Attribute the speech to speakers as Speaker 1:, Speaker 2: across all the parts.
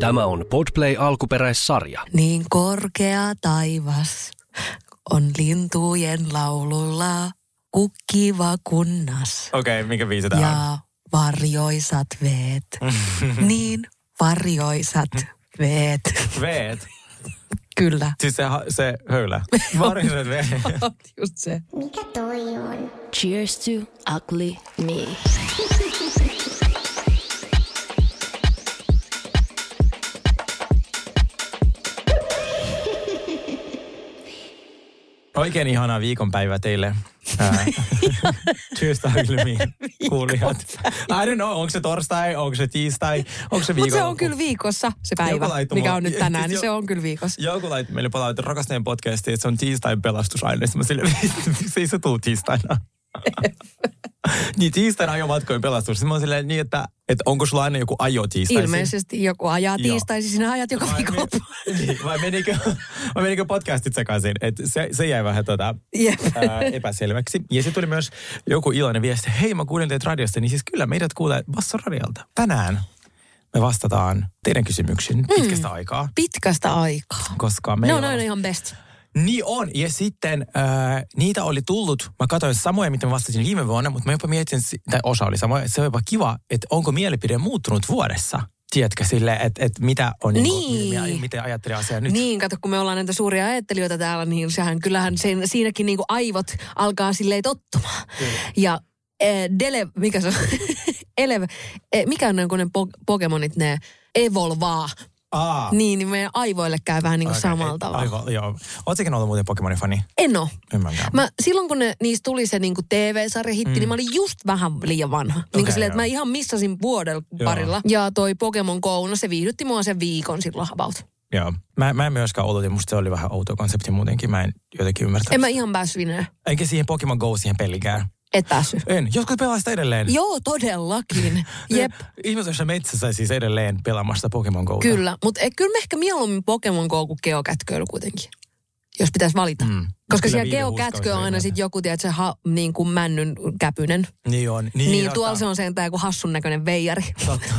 Speaker 1: Tämä on Podplay alkuperäissarja.
Speaker 2: Niin korkea taivas on lintujen laululla kukkiva kunnas.
Speaker 3: Okei, okay, minkä biisi tää on?
Speaker 2: Ja varjoisat veet. niin varjoisat veet.
Speaker 3: Veet.
Speaker 2: Kyllä.
Speaker 3: Siis se, ha- se höylä. Varjoiset veet.
Speaker 2: Just se.
Speaker 4: Mikä toi on?
Speaker 5: Cheers to ugly me.
Speaker 3: Oikein ihanaa viikonpäivää teille. Ää, Cheers to Ugly Me kuulijat. I don't know, onko se torstai, onko se tiistai, onko se
Speaker 2: Mutta
Speaker 3: viikon...
Speaker 2: se on kyllä viikossa se
Speaker 3: Joku
Speaker 2: päivä,
Speaker 3: laittoi
Speaker 2: mikä
Speaker 3: mua-
Speaker 2: on nyt tänään, niin
Speaker 3: Jo-
Speaker 2: se on kyllä viikossa.
Speaker 3: Joku laittoi meille palautetta rakastajien podcastiin, että se on tiistain pelastusaine. Sitten mä silleen, miksi se tuu tiistaina? niin tiistaina ajomatkojen pelastus. Sitten mä oon silleen niin, että, että onko sulla aina joku ajo tiistaisin?
Speaker 2: Ilmeisesti joku ajaa
Speaker 3: Joo.
Speaker 2: tiistaisin, sinä ajat joka
Speaker 3: Vai,
Speaker 2: viikon.
Speaker 3: me- niin, vai, menikö, vai menikö podcastit sekaisin? Et se, se jäi vähän tota,
Speaker 2: Jep.
Speaker 3: ää, epäselväksi. Ja sitten tuli myös joku iloinen viesti. Hei, mä kuulin teitä radiosta, niin siis kyllä meidät kuulee Basso Radiolta. Tänään me vastataan teidän kysymyksiin pitkästä aikaa,
Speaker 2: Pitkästä aikaa.
Speaker 3: koska
Speaker 2: Ne
Speaker 3: meillä
Speaker 2: on aina ihan best.
Speaker 3: Niin on. Ja sitten äh, niitä oli tullut. Mä katsoin samoja, mitä mä vastasin viime vuonna, mutta mä jopa mietin, si- tai osa oli samoja, että se on jopa kiva, että onko mielipide muuttunut vuodessa. Tiedätkö sille, että et mitä on,
Speaker 2: Niin.
Speaker 3: niinku, mi- miten ajattelee asiaa nyt.
Speaker 2: Niin, kato, kun me ollaan näitä suuria ajattelijoita täällä, niin sehän kyllähän sen, siinäkin niinku aivot alkaa silleen tottumaan. Ja eh, Dele, mikä se on? Elev, eh, mikä on ne, kun ne po- Pokemonit, ne evolvaa.
Speaker 3: Aa,
Speaker 2: Niin, niin meidän aivoille käy vähän niin kuin
Speaker 3: okei,
Speaker 2: samalla tavalla.
Speaker 3: Aivan, joo. Ootsäkin ollut muuten Pokemonin fani?
Speaker 2: En oo.
Speaker 3: En mäkään.
Speaker 2: Mä, silloin kun ne, niistä tuli se niinku TV-sarja hitti, mm. niin mä olin just vähän liian vanha. Okay, niin
Speaker 3: Okei,
Speaker 2: silleen, että
Speaker 3: joo.
Speaker 2: mä ihan missasin vuodella
Speaker 3: Joo.
Speaker 2: parilla. Ja toi Pokemon Go, no se viihdytti mua sen viikon silloin about.
Speaker 3: Joo. Mä, mä en myöskään ollut, ja musta se oli vähän outo konsepti muutenkin. Mä en jotenkin ymmärtänyt.
Speaker 2: En mä ihan päässyt vineen.
Speaker 3: Enkä siihen Pokemon Go siihen pelikään.
Speaker 2: Et päässyt.
Speaker 3: En. Joskus pelaa sitä edelleen.
Speaker 2: Joo, todellakin. Jep.
Speaker 3: Ihmiset on siellä metsässä siis edelleen pelaamassa Pokemon Go.
Speaker 2: Kyllä, mutta kyllä mä ehkä mieluummin Pokemon Go kuin geokätköily kuitenkin, jos pitäisi valita. Mm. Koska
Speaker 3: Kyllä
Speaker 2: siellä
Speaker 3: viime
Speaker 2: geokätkö on
Speaker 3: huuskausi
Speaker 2: aina
Speaker 3: ei
Speaker 2: sitten joku, tiedätkö, ha, niin kuin männyn käpynen.
Speaker 3: Niin on.
Speaker 2: Niin,
Speaker 3: Niin,
Speaker 2: niin
Speaker 3: totta.
Speaker 2: tuolla se on sentään joku hassun näköinen veijari.
Speaker 3: Totta.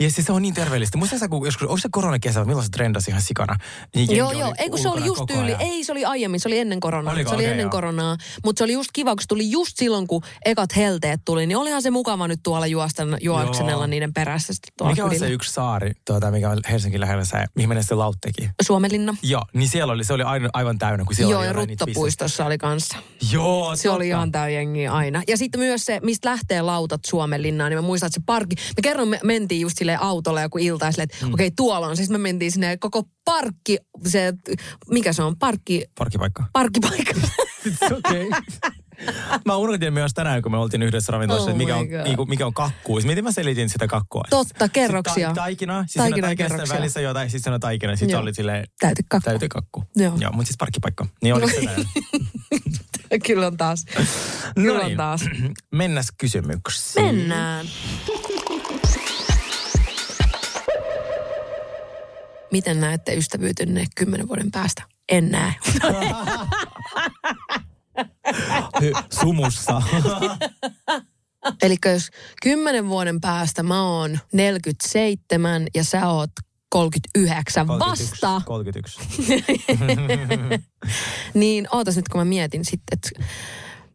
Speaker 3: Ja siis se on niin terveellistä. Muistatko sä, kun joskus, onko se koronakesä, milloin se trendasi ihan sikana? Niin jengi
Speaker 2: Joo,
Speaker 3: oli
Speaker 2: joo. Ei kun se oli
Speaker 3: ulkona
Speaker 2: just
Speaker 3: koko
Speaker 2: tyyli.
Speaker 3: ajan.
Speaker 2: Ei, se oli aiemmin. Se oli ennen koronaa.
Speaker 3: Oliko?
Speaker 2: se oli
Speaker 3: Okei,
Speaker 2: ennen
Speaker 3: joo.
Speaker 2: koronaa. Mutta se oli just kiva, kun se tuli just silloin, kun ekat helteet tuli. Niin olihan se mukava nyt tuolla juosta, juoksenella
Speaker 3: Joo.
Speaker 2: niiden perässä sitten tuolla
Speaker 3: Mikä on se
Speaker 2: kylillä.
Speaker 3: yksi saari, tuota, mikä on Helsingin lähellä se, mihin mennessä se lauttekin?
Speaker 2: Suomenlinna.
Speaker 3: Joo, niin siellä oli, se oli aina, aivan täynnä, kun siellä
Speaker 2: Joo,
Speaker 3: oli
Speaker 2: ja
Speaker 3: jotain niitä
Speaker 2: Ruttopuistossa oli kanssa.
Speaker 3: bisnestä. Joo,
Speaker 2: Se oli
Speaker 3: totta.
Speaker 2: ihan tää jengi aina. Ja sitten myös se, mistä lähtee lautat Suomenlinnaan, niin mä muistan, että se parkki... Me kerran me mentiin just sille autolla joku ilta ja silleen, että mm. okei, tuolla on. Siis me mentiin sinne ja koko parkki, se, mikä se on, parkki,
Speaker 3: Parkkipaikka.
Speaker 2: parkkipaikka.
Speaker 3: Okei. Mä unohdin myös tänään, kun me oltiin yhdessä
Speaker 2: Oh
Speaker 3: ravintolassa, että mikä
Speaker 2: my
Speaker 3: on,
Speaker 2: God.
Speaker 3: niinku, mikä on kakkuus. Miten mä selitin sitä kakkua?
Speaker 2: Totta, kerroksia.
Speaker 3: Ta- taikina. Siis
Speaker 2: Taikina
Speaker 3: siinä taikinassa
Speaker 2: kerroksia.
Speaker 3: välissä jotain, siis siinä taikina. Sitten
Speaker 2: Joo.
Speaker 3: oli silleen
Speaker 2: Täyty kakku.
Speaker 3: täytekakku.
Speaker 2: Joo. No.
Speaker 3: Joo, mutta siis parkkipaikka. Niin oli se näin.
Speaker 2: Kyllä on taas. Kyllä on taas.
Speaker 3: Mennäs kysymyksiin.
Speaker 2: Mennään. Miten näette ystävyytynne kymmenen vuoden päästä? En näe.
Speaker 3: Hy- sumussa.
Speaker 2: Eli jos kymmenen vuoden päästä mä oon 47 ja sä oot 39 vasta,
Speaker 3: 31.
Speaker 2: niin ootas nyt kun mä mietin sitten, että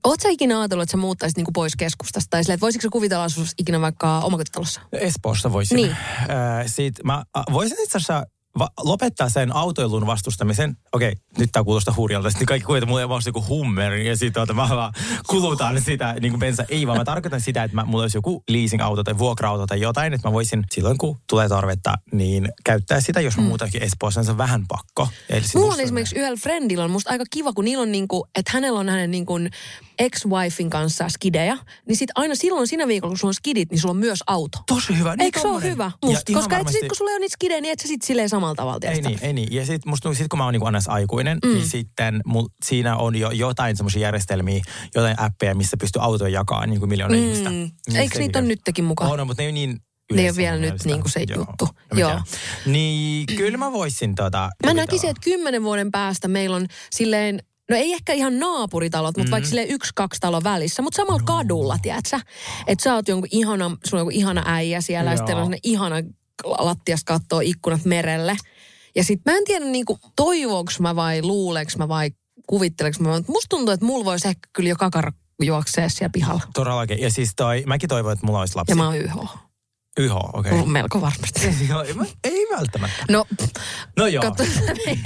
Speaker 2: Oot sä ikinä ajatellut, että sä muuttaisit niinku pois keskustasta? Tai silleen, että voisitko sä kuvitella asus ikinä vaikka omakotitalossa?
Speaker 3: Siis Espoossa voisin.
Speaker 2: Niin.
Speaker 3: Äh, sit mä äh, voisin itse asiassa va- lopettaa sen autoilun vastustamisen. Okei, nyt tää kuulostaa hurjalta. Sitten kaikki kuitenkin mulla ei vaan joku hummer ja sit tuota, mä vaan kulutan sitä niin kuin bensa. Ei vaan mä tarkoitan sitä, että mä, mulla olisi joku leasing-auto tai vuokra-auto tai jotain, että mä voisin silloin kun tulee tarvetta, niin käyttää sitä, jos mä muutakin Espoossa, niin se on vähän pakko. Eli sit
Speaker 2: Mm. Mulla on
Speaker 3: musta-
Speaker 2: esimerkiksi yhdellä friendillä on musta aika kiva, kun niillä on niinku, että hänellä on hänen niinku ex-wifin kanssa skidejä, niin sit aina silloin sinä viikolla, kun sulla on skidit, niin sulla on myös auto.
Speaker 3: Tosi hyvä. niin
Speaker 2: Eikö se ole
Speaker 3: tommonen.
Speaker 2: hyvä?
Speaker 3: Ja
Speaker 2: Musta,
Speaker 3: ihan
Speaker 2: koska et
Speaker 3: varmasti-
Speaker 2: sit, kun sulla ei ole niitä skidejä, niin et sä sit silleen samalla tavalla
Speaker 3: Ei
Speaker 2: tietysti.
Speaker 3: niin, ei niin. Ja sit, musta, sit kun mä oon niin ns. aikuinen, mm. niin sitten mul, siinä on jo jotain semmoisia järjestelmiä, jotain appeja, missä pystyy autoja jakaa niin kuin miljoona mm. ihmistä. Niin
Speaker 2: Eikö niitä
Speaker 3: sekin
Speaker 2: ole nytkin mukaan?
Speaker 3: On, on, mutta ne ei ole niin
Speaker 2: ole
Speaker 3: yleensä
Speaker 2: vielä nyt
Speaker 3: yleistä.
Speaker 2: niinku se
Speaker 3: Joo.
Speaker 2: juttu.
Speaker 3: En mä
Speaker 2: Joo.
Speaker 3: tiedä. Niin, kyllä mä voisin tota...
Speaker 2: Mä
Speaker 3: kuvitella.
Speaker 2: näkisin, että kymmenen vuoden päästä meillä on silleen no ei ehkä ihan naapuritalot, mutta mm. vaikka sille yksi, kaksi talo välissä, mutta samalla kadulla, tiedätkö Että sä oot jonkun ihana, sulla on joku ihana äijä siellä, ja sitten
Speaker 3: Joo.
Speaker 2: on sellainen ihana lattias kattoo ikkunat merelle. Ja sit mä en tiedä niinku toivoks mä vai luuleks mä vai kuvitteleks mä, mutta musta tuntuu, että mulla voisi ehkä kyllä jo kakar juoksee siellä pihalla.
Speaker 3: Todellakin. Ja siis toi, mäkin toivon, että mulla olisi lapsi.
Speaker 2: Ja mä oon YH.
Speaker 3: Yho, okei.
Speaker 2: Mulla on melko varmasti.
Speaker 3: Joo, ei mä- ei välttämättä.
Speaker 2: No,
Speaker 3: No joo.
Speaker 2: katso.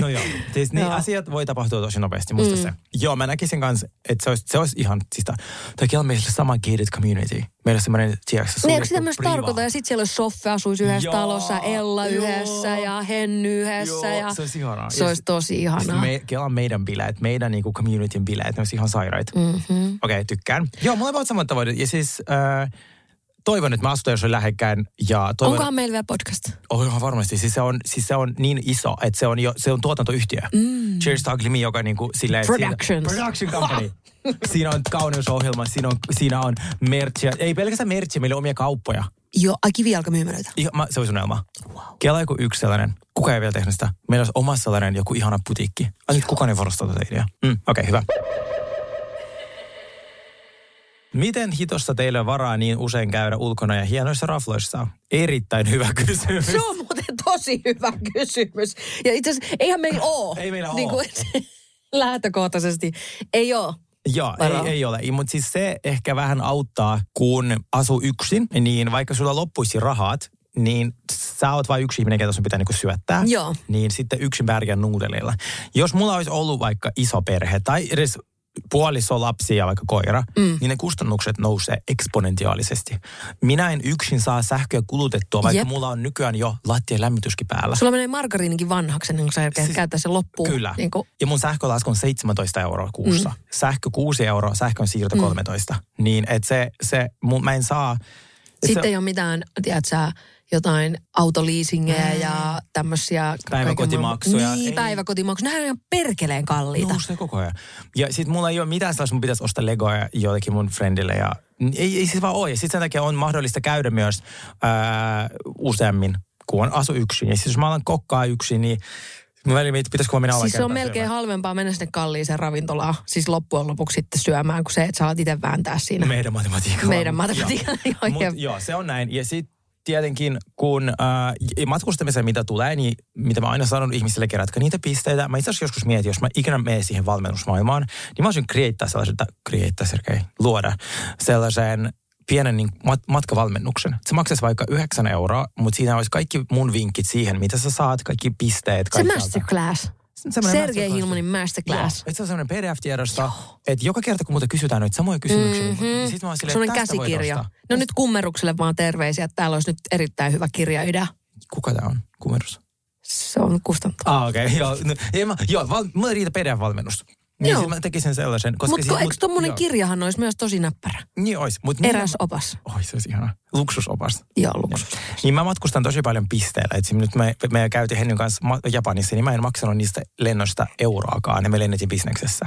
Speaker 3: No joo, siis niin
Speaker 2: Joo.
Speaker 3: asiat voi tapahtua tosi nopeasti, musta mm. se. Joo, mä näkisin kanssa, että se olisi, se olisi ihan, siis ta- toki on meillä sama gated community. Meillä on semmoinen, tiedätkö,
Speaker 2: Niin,
Speaker 3: suljettu
Speaker 2: eikö sitä myös
Speaker 3: priva.
Speaker 2: tarkoita? Ja sitten siellä olisi Soffe asuisi yhdessä
Speaker 3: Joo,
Speaker 2: talossa, Ella
Speaker 3: joo.
Speaker 2: yhdessä ja Henny yhdessä.
Speaker 3: Joo,
Speaker 2: ja...
Speaker 3: se olisi ihanaa.
Speaker 2: Se olisi tosi ihanaa.
Speaker 3: Siis Me, kelaan meidän bileet, meidän niinku communityn bileet, ne olisi ihan sairaita. Mm.
Speaker 2: Mm-hmm.
Speaker 3: Okei, okay, tykkään. Joo, mulla on vaan samat tavoitteet. Ja siis äh, toivon, että mä asutaan jossain lähekkäin. Ja toivon,
Speaker 2: Onkohan meillä vielä podcast?
Speaker 3: Oh, ihan varmasti. Siis se, on, siis se on niin iso, että se on, jo, se on tuotantoyhtiö. Mm. Cheers to Ugly Me, joka niinku silleen... että
Speaker 2: Productions.
Speaker 3: Siinä, production company. siinä on kauneusohjelma, siinä on, siinä on merchia. Ei pelkästään merchia, meillä on omia kauppoja.
Speaker 2: Joo, ai kivijalkamyymälöitä.
Speaker 3: Ihan, mä, se olisi unelma. Wow. Kela joku yksi sellainen. Kuka ei vielä tehnyt sitä? Meillä olisi oma sellainen joku ihana putiikki. Ai nyt kukaan ei varastaa tätä ideaa. Mm, Okei, okay, hyvä. Miten hitosta teillä on varaa niin usein käydä ulkona ja hienoissa rafloissa? Erittäin hyvä kysymys.
Speaker 2: Se on muuten tosi hyvä kysymys. Ja itse asiassa eihän meillä ole.
Speaker 3: Ei meillä oo.
Speaker 2: lähtökohtaisesti. Ei ole.
Speaker 3: Joo,
Speaker 2: varaa.
Speaker 3: ei, ei ole. Mutta siis se ehkä vähän auttaa, kun asuu yksin, niin vaikka sulla loppuisi rahat, niin sä oot vain yksi ihminen, ketä sun pitää niinku syöttää.
Speaker 2: Joo.
Speaker 3: Niin sitten yksin pärjää nuudelilla. Jos mulla olisi ollut vaikka iso perhe tai edes puoliso, lapsi ja vaikka koira, mm. niin ne kustannukset nousee eksponentiaalisesti. Minä en yksin saa sähköä kulutettua, vaikka
Speaker 2: Jep.
Speaker 3: Jep. mulla on nykyään jo lattian lämmityskin päällä.
Speaker 2: Sulla menee margariinikin vanhaksi, niin kun sä siis,
Speaker 3: Siis-
Speaker 2: käyttää sen loppuun.
Speaker 3: Kyllä.
Speaker 2: Niin kuin,
Speaker 3: Ja mun sähkölasku on 17 euroa kuussa. Mm. Sähkö 6 euroa, sähkön siirto
Speaker 2: Mm.
Speaker 3: 13. Niin, että se, se mun, mä en saa...
Speaker 2: sitten
Speaker 3: se,
Speaker 2: ei ole mitään, tiedätkö sä, jotain autoliisingejä ja tämmöisiä.
Speaker 3: Päiväkotimaksuja.
Speaker 2: Niin,
Speaker 3: Ei.
Speaker 2: päiväkotimaksuja. Nämä on ihan perkeleen kalliita.
Speaker 3: Nousee koko ajan. Ja sit mulla ei ole mitään sellaista, mun pitäisi ostaa legoja joillekin mun friendille ja ei, ei siis vaan ole. Ja sit sen takia on mahdollista käydä myös ää, useammin, kun on asu yksin. Ja siis jos mä alan kokkaa yksin, niin mä välillä mietin, pitäisikö mä mennä
Speaker 2: Siis se on
Speaker 3: alakertaan
Speaker 2: melkein
Speaker 3: syömään.
Speaker 2: halvempaa mennä sinne kalliiseen ravintolaan, siis loppujen lopuksi sitten syömään, kun se, että sä alat itse vääntää siinä Me,
Speaker 3: Meidän matematiikalla.
Speaker 2: meidän
Speaker 3: Joo.
Speaker 2: matematiikan. Joo,
Speaker 3: Mut,
Speaker 2: jep.
Speaker 3: joo, se on näin. Ja sitten tietenkin, kun äh, matkustamiseen mitä tulee, niin mitä mä aina sanon ihmisille, kerätkö niitä pisteitä. Mä itse asiassa joskus mietin, jos mä ikinä menen siihen valmennusmaailmaan, niin mä olisin kreittaa sellaisen, tai kreittaa, okay, luoda sellaisen pienen niin mat- matkavalmennuksen. Se maksaisi vaikka 9 euroa, mutta siinä olisi kaikki mun vinkit siihen, mitä sä saat, kaikki pisteet.
Speaker 2: Se
Speaker 3: kaikkialta.
Speaker 2: masterclass.
Speaker 3: Semmoinen
Speaker 2: Sergei
Speaker 3: masterclass.
Speaker 2: Hilmanin masterclass.
Speaker 3: Joo, että se on semmoinen PDF-tiedosto, että joka kerta kun muuta kysytään noita samoja kysymyksiä, mm-hmm. niin sit mä oon silleen,
Speaker 2: Semmoinen
Speaker 3: että tästä voit
Speaker 2: Mhm. käsikirja.
Speaker 3: ostaa.
Speaker 2: No nyt kummerukselle vaan terveisiä, että täällä olisi nyt erittäin hyvä kirjaidea.
Speaker 3: Kuka tämä on? Kumerus?
Speaker 2: Se on kustantaa.
Speaker 3: Ah, okei. Okay. Joo, no, ei mä, joo val, mulla ei riitä PDF-valmennus. Niin
Speaker 2: Joo.
Speaker 3: joo. mä tekisin sellaisen. Koska siis
Speaker 2: Mutta eikö tommonen
Speaker 3: joo.
Speaker 2: kirjahan olisi myös tosi näppärä?
Speaker 3: Niin ois. Mut
Speaker 2: Eräs
Speaker 3: Niin,
Speaker 2: opas.
Speaker 3: Oi, se olisi ihana. Luksusopas.
Speaker 2: Joo, luksus.
Speaker 3: Niin mä matkustan tosi paljon pisteillä. Et sim- nyt me, me käytiin Hennyn kanssa ma- Japanissa, niin mä en maksanut niistä lennoista euroakaan. Ja me lennettiin bisneksessä.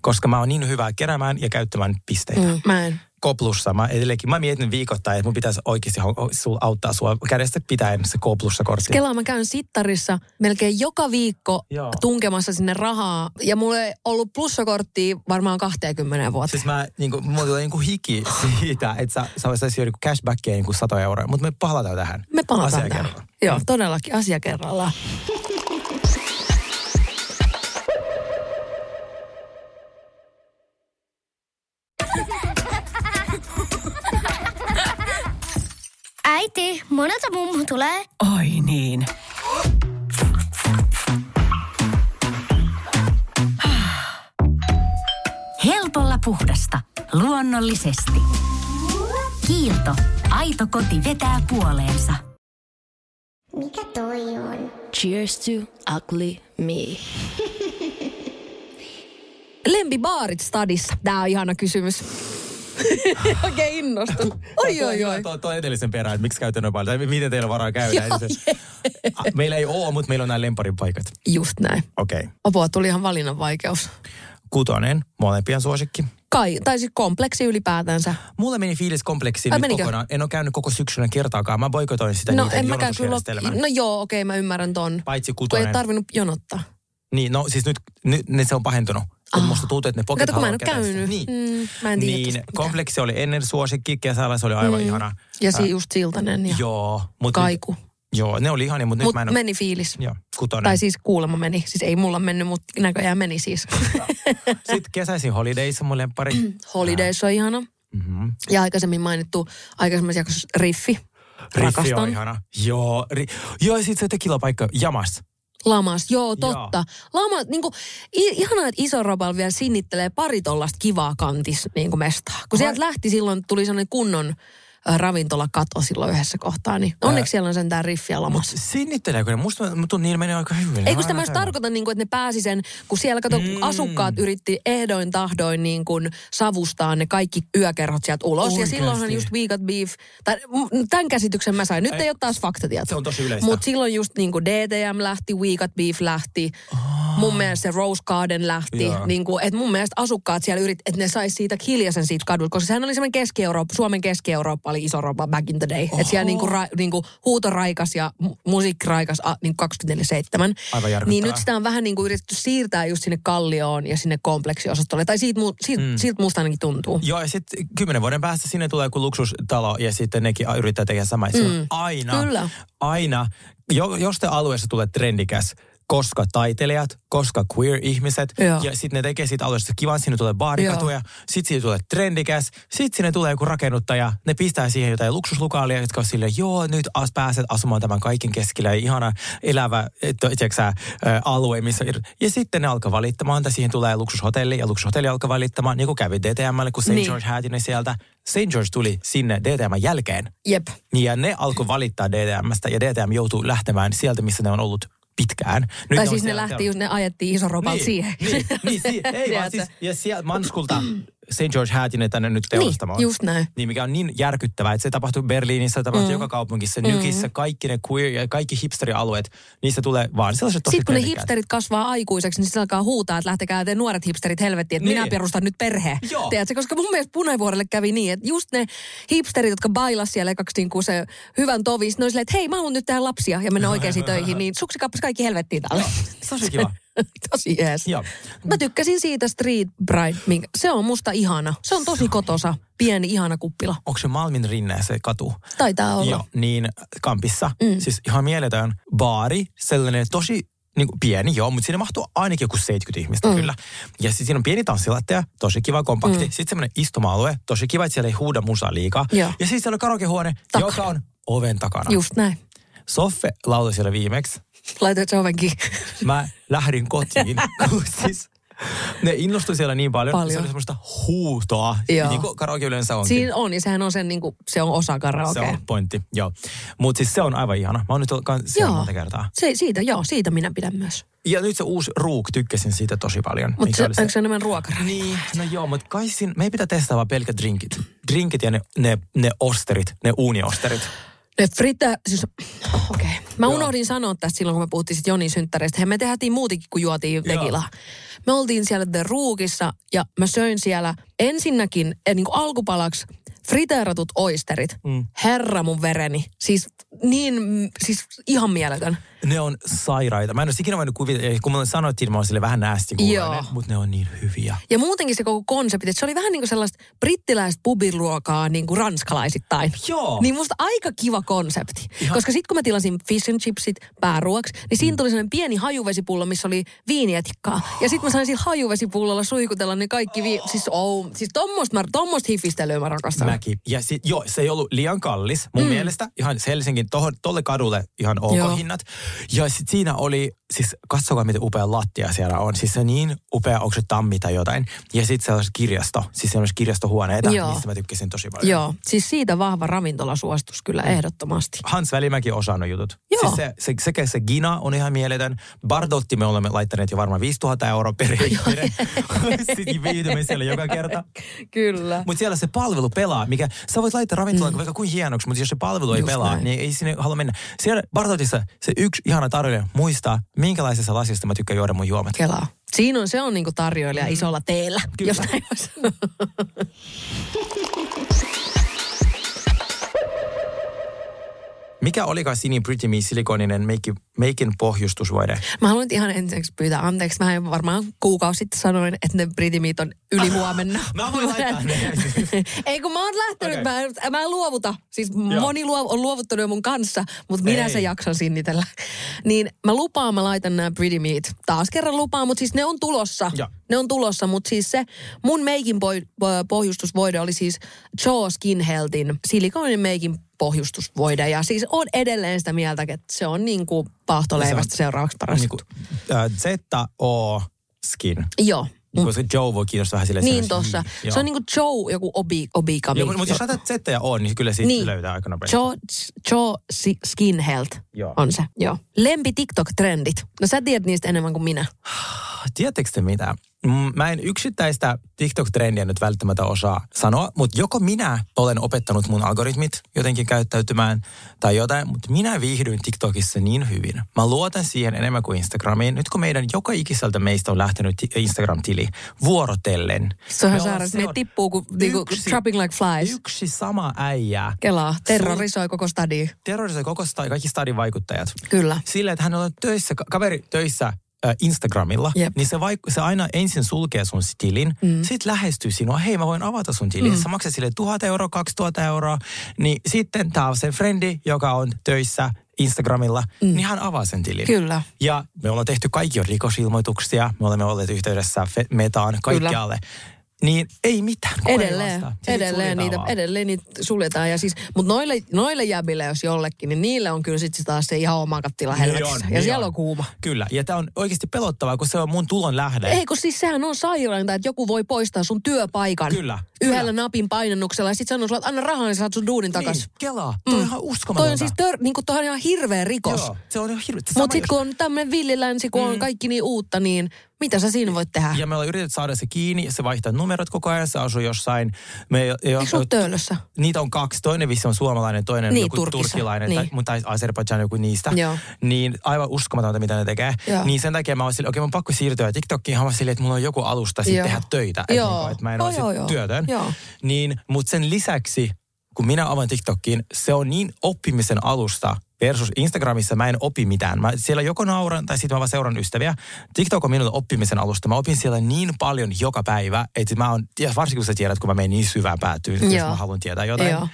Speaker 3: Koska mä oon niin hyvä keräämään ja käyttämään pisteitä. Mm.
Speaker 2: Mm, mä en.
Speaker 3: Koplussa. Mä, edelleenkin, mä mietin viikoittain, että mun pitäisi oikeasti ho- sul- auttaa sua kädestä pitäen se koplussa kortti.
Speaker 2: Kelaa, mä käyn sittarissa melkein joka viikko Joo.
Speaker 3: Joo.
Speaker 2: tunkemassa sinne rahaa. Ja mulla ei ollut plussakorttia varmaan 20 vuotta.
Speaker 3: Siis mä, niinku, mulla tulee niinku hiki siitä, että sä, sä voisit saada joku cashbackia niinku 100 euroa, mutta me palataan tähän.
Speaker 2: Me palataan
Speaker 3: Asia
Speaker 2: tähän.
Speaker 3: kerrallaan.
Speaker 2: Joo, todellakin asia kerrallaan.
Speaker 4: Äiti, monelta mummu tulee?
Speaker 6: Oi niin. Helpolla puhdasta. Luonnollisesti. Kiilto. Aito koti vetää puoleensa.
Speaker 4: Mikä toi on?
Speaker 5: Cheers to ugly me.
Speaker 2: Lempibaarit stadissa. Tää on ihana kysymys. Oikein innostun. Oi, oi, oi.
Speaker 3: Tuo, tuo edellisen perään, että miksi käytän noin paljon, tai miten teillä on varaa käydä.
Speaker 2: Joo,
Speaker 3: Joo, meillä ei ole, mutta meillä on nämä lemparipaikat.
Speaker 2: Just näin.
Speaker 3: Okei. Okay.
Speaker 2: Apua, tuli ihan valinnan vaikeus.
Speaker 3: Kutonen, molempien suosikki.
Speaker 2: Kai, tai siis kompleksi ylipäätänsä.
Speaker 3: Mulla meni fiilis kompleksiin
Speaker 2: Ai,
Speaker 3: nyt
Speaker 2: menikö?
Speaker 3: kokonaan. En ole käynyt koko syksynä kertaakaan. Mä boikotoin sitä
Speaker 2: no
Speaker 3: niiden
Speaker 2: en mäkään kyllä
Speaker 3: jonotusjärjestelmää.
Speaker 2: No joo, okei, mä ymmärrän ton.
Speaker 3: Paitsi
Speaker 2: Kun ei
Speaker 3: kutonen.
Speaker 2: tarvinnut jonottaa.
Speaker 3: Niin, no siis nyt, nyt ne se on pahentunut. Kun musta tuntuu, että ne poket
Speaker 2: Ah. Kato, kun mä en
Speaker 3: haluaa
Speaker 2: ole käynyt.
Speaker 3: kerätä sitä. Niin,
Speaker 2: Mm, mä en tiedä
Speaker 3: niin
Speaker 2: tosta mitään.
Speaker 3: kompleksi oli ennen suosikki, kesällä se oli aivan mm. ihana.
Speaker 2: Ja si just Siltanen ja Joo,
Speaker 3: Joo. Mut
Speaker 2: Kaiku.
Speaker 3: Joo, ne oli ihania, mutta nyt
Speaker 2: Mut
Speaker 3: mä en
Speaker 2: meni fiilis.
Speaker 3: Joo, niin. kutonen.
Speaker 2: Tai siis kuulemma meni. Siis ei mulla mennyt, mutta näköjään meni siis.
Speaker 3: Sitten kesäisin Holidays on mun lemppari.
Speaker 2: Mm. Holidays on ihana.
Speaker 3: Mm-hmm.
Speaker 2: Ja aikaisemmin mainittu, aikaisemmassa jaksossa Riffi.
Speaker 3: Riffi on
Speaker 2: Rakastan.
Speaker 3: ihana. Joo, ri- joo ja sitten se tekilapaikka Jamas.
Speaker 2: Lamas, joo totta. Lamas, niinku, i- ihanaa, että iso Robal vielä sinnittelee pari tollasta kivaa kantis niinku mestaa. Kun sieltä lähti silloin, tuli sellainen kunnon äh, ravintolakato silloin yhdessä kohtaa, niin onneksi siellä on sentään riffiä lamas.
Speaker 3: Sinnitteleekö ne? Musta tuntuu, niillä menee aika hyvin.
Speaker 2: Ei kun sitä
Speaker 3: Aina Mm.
Speaker 2: mä just
Speaker 3: käy.
Speaker 2: tarkoitan, niin kuin, että ne pääsi sen, kun siellä kato, kun asukkaat yritti ehdoin tahdoin niin kuin, savustaa ne kaikki yökerhot sieltä ulos.
Speaker 3: Oikeesti?
Speaker 2: Ja silloinhan just We Got Beef, tai mm, tämän käsityksen mä sain. Nyt ei, ole taas faktatietoa.
Speaker 3: Se on tosi yleistä.
Speaker 2: Mutta silloin just niin kuin DTM lähti, We Got Beef lähti, mun mielestä se Rose Garden lähti.
Speaker 3: Joo.
Speaker 2: Niin kuin, että mun mielestä asukkaat siellä yritti, että ne sais siitä hiljaisen siitä kadulta, koska sehän oli semmoinen Keski-Eurooppa, Suomen Keski-Eurooppa oli iso Eurooppa back in the day. Että siellä niin kuin, ra, niin kuin huutoraikas ja mu- musiikkiraikas a, niin 24-7.
Speaker 3: Aivan järkyttävää.
Speaker 2: Niin nyt sitä on vähän niin kuin yritetty siirtää just sinne kallioon ja sinne kompleksiosastolle. Tai siitä, mu, siitä, mm. siitä musta ainakin tuntuu.
Speaker 3: Joo, ja sitten kymmenen vuoden päästä sinne tulee joku luksustalo ja sitten nekin a- yrittää tehdä samaa. Mm. Se on aina,
Speaker 2: Kyllä.
Speaker 3: aina, jo, jos te alueessa tulee trendikäs, koska taiteilijat, koska queer-ihmiset,
Speaker 2: Joo.
Speaker 3: ja sitten ne tekee siitä alueesta kivan, sinne tulee baarikatuja, sitten sinne tulee trendikäs, sitten sinne tulee joku rakennuttaja, ne pistää siihen jotain luksuslukaalia, jotka on silleen, joo, nyt as, pääset asumaan tämän kaiken keskellä, ja ihana elävä et, tiedätkö sä, ä, alue, missä... Ja sitten ne alkaa valittamaan, tai siihen tulee luksushotelli, ja luksushotelli alkaa valittamaan, niin kuin kävi DTMlle, kun St.
Speaker 2: Niin.
Speaker 3: George hääti ne sieltä. St. George tuli sinne DTMn jälkeen,
Speaker 2: Jep.
Speaker 3: niin ja ne alkoi valittaa DTMstä, ja DTM joutuu lähtemään sieltä, missä ne on ollut pitkään. Nyt
Speaker 2: tai
Speaker 3: on
Speaker 2: siis ne
Speaker 3: siellä-
Speaker 2: lähti, just, ne ajettiin iso ropa
Speaker 3: niin,
Speaker 2: siihen.
Speaker 3: Niin, niin si- ei
Speaker 2: Tiedätkö?
Speaker 3: vaan siis, ja siellä Manskulta St. George Hätinen tänne nyt
Speaker 2: Niin,
Speaker 3: teostamaan.
Speaker 2: just näin.
Speaker 3: Niin, mikä on niin järkyttävää, että se tapahtuu Berliinissä, tapahtuu mm. joka kaupungissa, mm. Nykissä, kaikki ne queer ja kaikki hipsterialueet, niistä tulee vaan sellaiset tosi
Speaker 2: Sitten kun ne
Speaker 3: trendikkäät.
Speaker 2: hipsterit kasvaa aikuiseksi, niin se alkaa huutaa, että lähtekää te nuoret hipsterit helvettiin, että
Speaker 3: Niin.
Speaker 2: minä perustan nyt perhe.
Speaker 3: Joo.
Speaker 2: Tiedätkö? Koska mun mielestä Punavuorelle kävi niin, että just ne hipsterit, jotka bailas siellä ekaksi niin kuin se hyvän tovi, sit ne oli silleen, että hei mä haluan nyt tehdä lapsia ja mennä oikeisiin töihin, niin suksikappas kaikki helvettiin täällä.
Speaker 3: Se on se kiva.
Speaker 2: Tosi jees.
Speaker 3: Joo.
Speaker 2: Mä tykkäsin siitä Street Bride. minkä- Se on musta ihana. Se on tosi kotosa. Pieni ihana kuppila.
Speaker 3: Onko se Malmin rinne se katu?
Speaker 2: Taitaa olla.
Speaker 3: Joo, niin Kampissa. Mm. Siis ihan mieletön baari, sellainen tosi niin kuin pieni, joo, mutta siinä mahtuu ainakin joku 70 ihmistä mm. kyllä. Ja sitten siinä on pieni tanssilattia, tosi kiva, kompakti. Mm. Sitten semmoinen istuma-alue, tosi kiva, että siellä ei huuda musaa liikaa.
Speaker 2: Joo.
Speaker 3: Ja sitten siellä on karaokehuone,
Speaker 2: Takana.
Speaker 3: joka on oven takana.
Speaker 2: Just näin.
Speaker 3: Soffe lauloi siellä viimeksi.
Speaker 2: Laitoit se ovenkin.
Speaker 3: Mä lähdin kotiin, kun siis ne innostui siellä niin paljon.
Speaker 2: Paljon.
Speaker 3: Se oli semmoista huutoa,
Speaker 2: Joo.
Speaker 3: niin kuin karaoke yleensä onkin.
Speaker 2: Siinä on, niin sehän on sen, niin kuin, se on osa karaokea.
Speaker 3: Se on pointti, joo. Mutta siis se on aivan ihana. Mä oon nyt ollut kans siellä
Speaker 2: Joo.
Speaker 3: monta kertaa.
Speaker 2: Se, siitä, joo, siitä minä pidän myös.
Speaker 3: Ja nyt se uusi Rook, tykkäsin siitä tosi paljon.
Speaker 2: Mutta se,
Speaker 3: oli se-
Speaker 2: onko se enemmän ruokaravintola?
Speaker 3: Niin, no joo, mutta kai siinä, me ei pitää testata vaan pelkät drinkit. Drinkit ja ne, ne, ne osterit, ne uuniosterit.
Speaker 2: Ne fritä, siis, okei. Okay. Mä unohdin sanoa tästä silloin, kun me puhuttiin sit Jonin synttäreistä. Hei, me tehtiin muutenkin, kun juotiin tekilaa. Me oltiin siellä The Rookissa ja mä söin siellä ensinnäkin, eh, niin kuin alkupalaksi, friteeratut oisterit. Mm. Herra mun vereni. Siis niin, mm, siis ihan mieletön.
Speaker 3: Ne on sairaita. Mä en ole ikinä voinut kuvitella, kun mulle sanottiin, mä olin sille vähän näästi kuuloinen,
Speaker 2: Joo.
Speaker 3: mutta ne on niin hyviä.
Speaker 2: Ja muutenkin se koko konsepti, että se oli vähän niin kuin sellaista brittiläistä pubiruokaa niin kuin ranskalaisittain.
Speaker 3: Joo.
Speaker 2: Niin musta aika kiva konsepti. Ihan. Koska sitten kun mä tilasin fish and chipsit pääruoksi, niin siinä tuli sellainen pieni hajuvesipullo, missä oli viinietikkaa. Ja sitten mä sain sillä hajuvesipullolla suikutella ne kaikki vi... Siis, oh, siis tommosta, mä, tommosta hifistelyä mä rakastan.
Speaker 3: Mäkin. Ja sit, joo, se ei ollut liian kallis mun mm. mielestä. Ihan Helsingin tohon, tolle kadulle ihan ok joo.
Speaker 2: Joo.
Speaker 3: hinnat. Ja sit siinä oli, siis katsokaa miten upea lattia siellä on. Siis se niin upea, onko se tammi tai jotain. Ja sitten se on kirjasto, siis se on kirjastohuoneita, joo.
Speaker 2: Joo.
Speaker 3: mistä mä tykkäsin tosi paljon.
Speaker 2: Joo, siis siitä vahva ravintolasuositus kyllä ehdottomasti.
Speaker 3: Hans Välimäki osaa nuo jutut.
Speaker 2: Joo.
Speaker 3: Siis se, se, sekä se Gina on ihan mieletön. Bardotti me olemme laittaneet jo varmaan 5000 euroa per ihminen. Sitten viihdymme siellä joka kerta.
Speaker 2: Ah. Kyllä.
Speaker 3: Mutta siellä se palvelu pelaa, mikä sä voit laittaa ravintolan mm. vaikka kuin hienoksi, mutta jos se palvelu ei
Speaker 2: Just
Speaker 3: pelaa,
Speaker 2: näin.
Speaker 3: niin ei sinne halua mennä. Siellä Bartotissa se yksi ihana tarjoilija muistaa, minkälaisessa lasista mä tykkään juoda mun juomat.
Speaker 2: Kelaa. Siinä on, se on niinku tarjoilija isolla teellä,
Speaker 3: Kyllä.
Speaker 2: Kyllä. jos näin voi sanoa.
Speaker 3: Mikä olikaan Sini Pretty Me silikoninen meikki meikin pohjustusvade.
Speaker 2: Mä haluan nyt ihan ensiksi pyytää anteeksi. Mä en varmaan kuukausi sitten sanoin, että ne britimiit on yli huomenna.
Speaker 3: Ah, Mä voin laittaa ne.
Speaker 2: Ei kun mä oon lähtenyt, okay. mä, mä en luovuta. Siis
Speaker 3: Joo.
Speaker 2: moni luov, on luovuttanut jo mun kanssa, mutta minä
Speaker 3: Ei.
Speaker 2: se jaksan sinnitellä. Niin mä lupaan, mä laitan nämä Pretty Meat. Taas kerran lupaan, mutta siis ne on tulossa.
Speaker 3: Joo.
Speaker 2: Ne on tulossa, mutta siis se mun meikin poi- po- pohjustusvoide oli siis Joe Skinhealthin silikoinen meikin pohjustusvoide. Ja siis on edelleen sitä mieltä, että se on niinku paahtoleivästä seuraavaksi paras.
Speaker 3: Niinku, äh, Z-O skin.
Speaker 2: Joo.
Speaker 3: Mm. Koska Joe voi kiinnostaa vähän silleen.
Speaker 2: Niin
Speaker 3: se-
Speaker 2: tossa.
Speaker 3: Mm, Joo.
Speaker 2: Se on niinku Joe joku obi, obikami.
Speaker 3: Joku, mutta jos laitat Z ja O, niin kyllä siitä niin.
Speaker 2: Niin.
Speaker 3: löytää aika nopeasti.
Speaker 2: Joe, Joe Si- Skin Health
Speaker 3: Joo.
Speaker 2: on se, joo. Lempi TikTok-trendit. No sä tiedät niistä enemmän kuin minä.
Speaker 3: Tiedättekö te mitä? Mm, Mä en yksittäistä TikTok-trendiä nyt välttämättä osaa sanoa, mutta joko minä olen opettanut mun algoritmit jotenkin käyttäytymään tai jotain, mutta minä viihdyin TikTokissa niin hyvin. Mä luotan siihen enemmän kuin Instagramiin. Nyt kun meidän joka ikiseltä meistä on lähtenyt ti- Instagram-tili vuorotellen.
Speaker 2: Se on
Speaker 3: Me
Speaker 2: ihan
Speaker 3: ollaan
Speaker 2: saaras. Ne
Speaker 3: seura-
Speaker 2: tippuu kuin niinku,
Speaker 3: Yksi-
Speaker 2: trapping like flies.
Speaker 3: Yksi sama äijä.
Speaker 2: Kelaa, terrorisoi koko stadia.
Speaker 3: Terrorisoi koko sta- kaikki stadin vaikuttajat
Speaker 2: Kyllä.
Speaker 3: sillä, että hän on töissä, ka- kaveri töissä ä, Instagramilla,
Speaker 2: Jep.
Speaker 3: niin se, vaik- se aina ensin sulkee sun tilin, mm. sitten lähestyy sinua, hei mä voin avata sun tilin. Mm. Sä maksat sille 1000 euroa, 2000 euroa, niin sitten tää on se frendi, joka on töissä Instagramilla, mm. niin hän avaa sen tilin.
Speaker 2: Kyllä.
Speaker 3: Ja me ollaan tehty kaikki rikosilmoituksia, me olemme olleet yhteydessä fe- metaan kaikkialle. Niin ei mitään. kukaan ei
Speaker 2: Edelleen,
Speaker 3: vastaa. Siitä
Speaker 2: edelleen,
Speaker 3: suljetaan
Speaker 2: niitä,
Speaker 3: vaan.
Speaker 2: edelleen niitä suljetaan. Ja siis, mutta noille, noille jäbille, jos jollekin, niin niille on kyllä sitten taas se ihan oma kattila helvetissä.
Speaker 3: on,
Speaker 2: ja
Speaker 3: niin
Speaker 2: siellä
Speaker 3: on.
Speaker 2: on kuuma.
Speaker 3: Kyllä, ja tämä on oikeasti pelottavaa, kun se on mun tulon lähde.
Speaker 2: Ei, kun siis sehän on sairainta, että joku voi poistaa sun työpaikan
Speaker 3: Kyllä,
Speaker 2: yhdellä
Speaker 3: kyllä.
Speaker 2: napin painannuksella ja sitten sanoo sulla, että anna rahaa, niin saat sun duunin takas.
Speaker 3: Niin, kelaa. Toi on ihan uskomatonta.
Speaker 2: Mm. Toi on siis tör, niin kuin, toi on ihan hirveä rikos.
Speaker 3: Joo, se on ihan hirveä.
Speaker 2: Mutta sitten kun on tämmöinen villilänsi, kun mm. on kaikki niin uutta, niin mitä sä siinä voit tehdä?
Speaker 3: Ja me ollaan yritetty saada se kiinni, se vaihtaa numerot koko ajan, se asuu jossain. Me, ei- ei-
Speaker 2: Eikö sun töölössä?
Speaker 3: niitä on kaksi, toinen vissi on suomalainen, toinen
Speaker 2: Niin,
Speaker 3: joku
Speaker 2: Turkissa.
Speaker 3: turkilainen,
Speaker 2: Niin.
Speaker 3: tai, mutta tai Azerbaijan joku niistä.
Speaker 2: Joo.
Speaker 3: Niin aivan uskomatonta, mitä ne tekee.
Speaker 2: Joo.
Speaker 3: Niin sen takia mä oon silleen, okei, mun on pakko siirtyä TikTokiin, mä oon silleen, että mulla on joku alusta sit
Speaker 2: Joo.
Speaker 3: tehdä töitä. Että,
Speaker 2: Joo.
Speaker 3: niinku, että mä en
Speaker 2: Joo,
Speaker 3: ole
Speaker 2: joo,
Speaker 3: sit
Speaker 2: joo.
Speaker 3: työtön.
Speaker 2: Joo.
Speaker 3: Niin, mutta sen lisäksi, kun minä avaan TikTokin, se on niin oppimisen alusta versus Instagramissa mä en opi mitään. Mä siellä joko nauran tai sitten mä vaan seuran ystäviä. TikTok on minulle oppimisen alusta. Mä opin siellä niin paljon joka päivä, että mä oon, ja varsinkin kun sä tiedät, kun mä menen niin syvään päätyyn, jos
Speaker 2: Joo.
Speaker 3: mä haluan tietää jotain,
Speaker 2: Joo.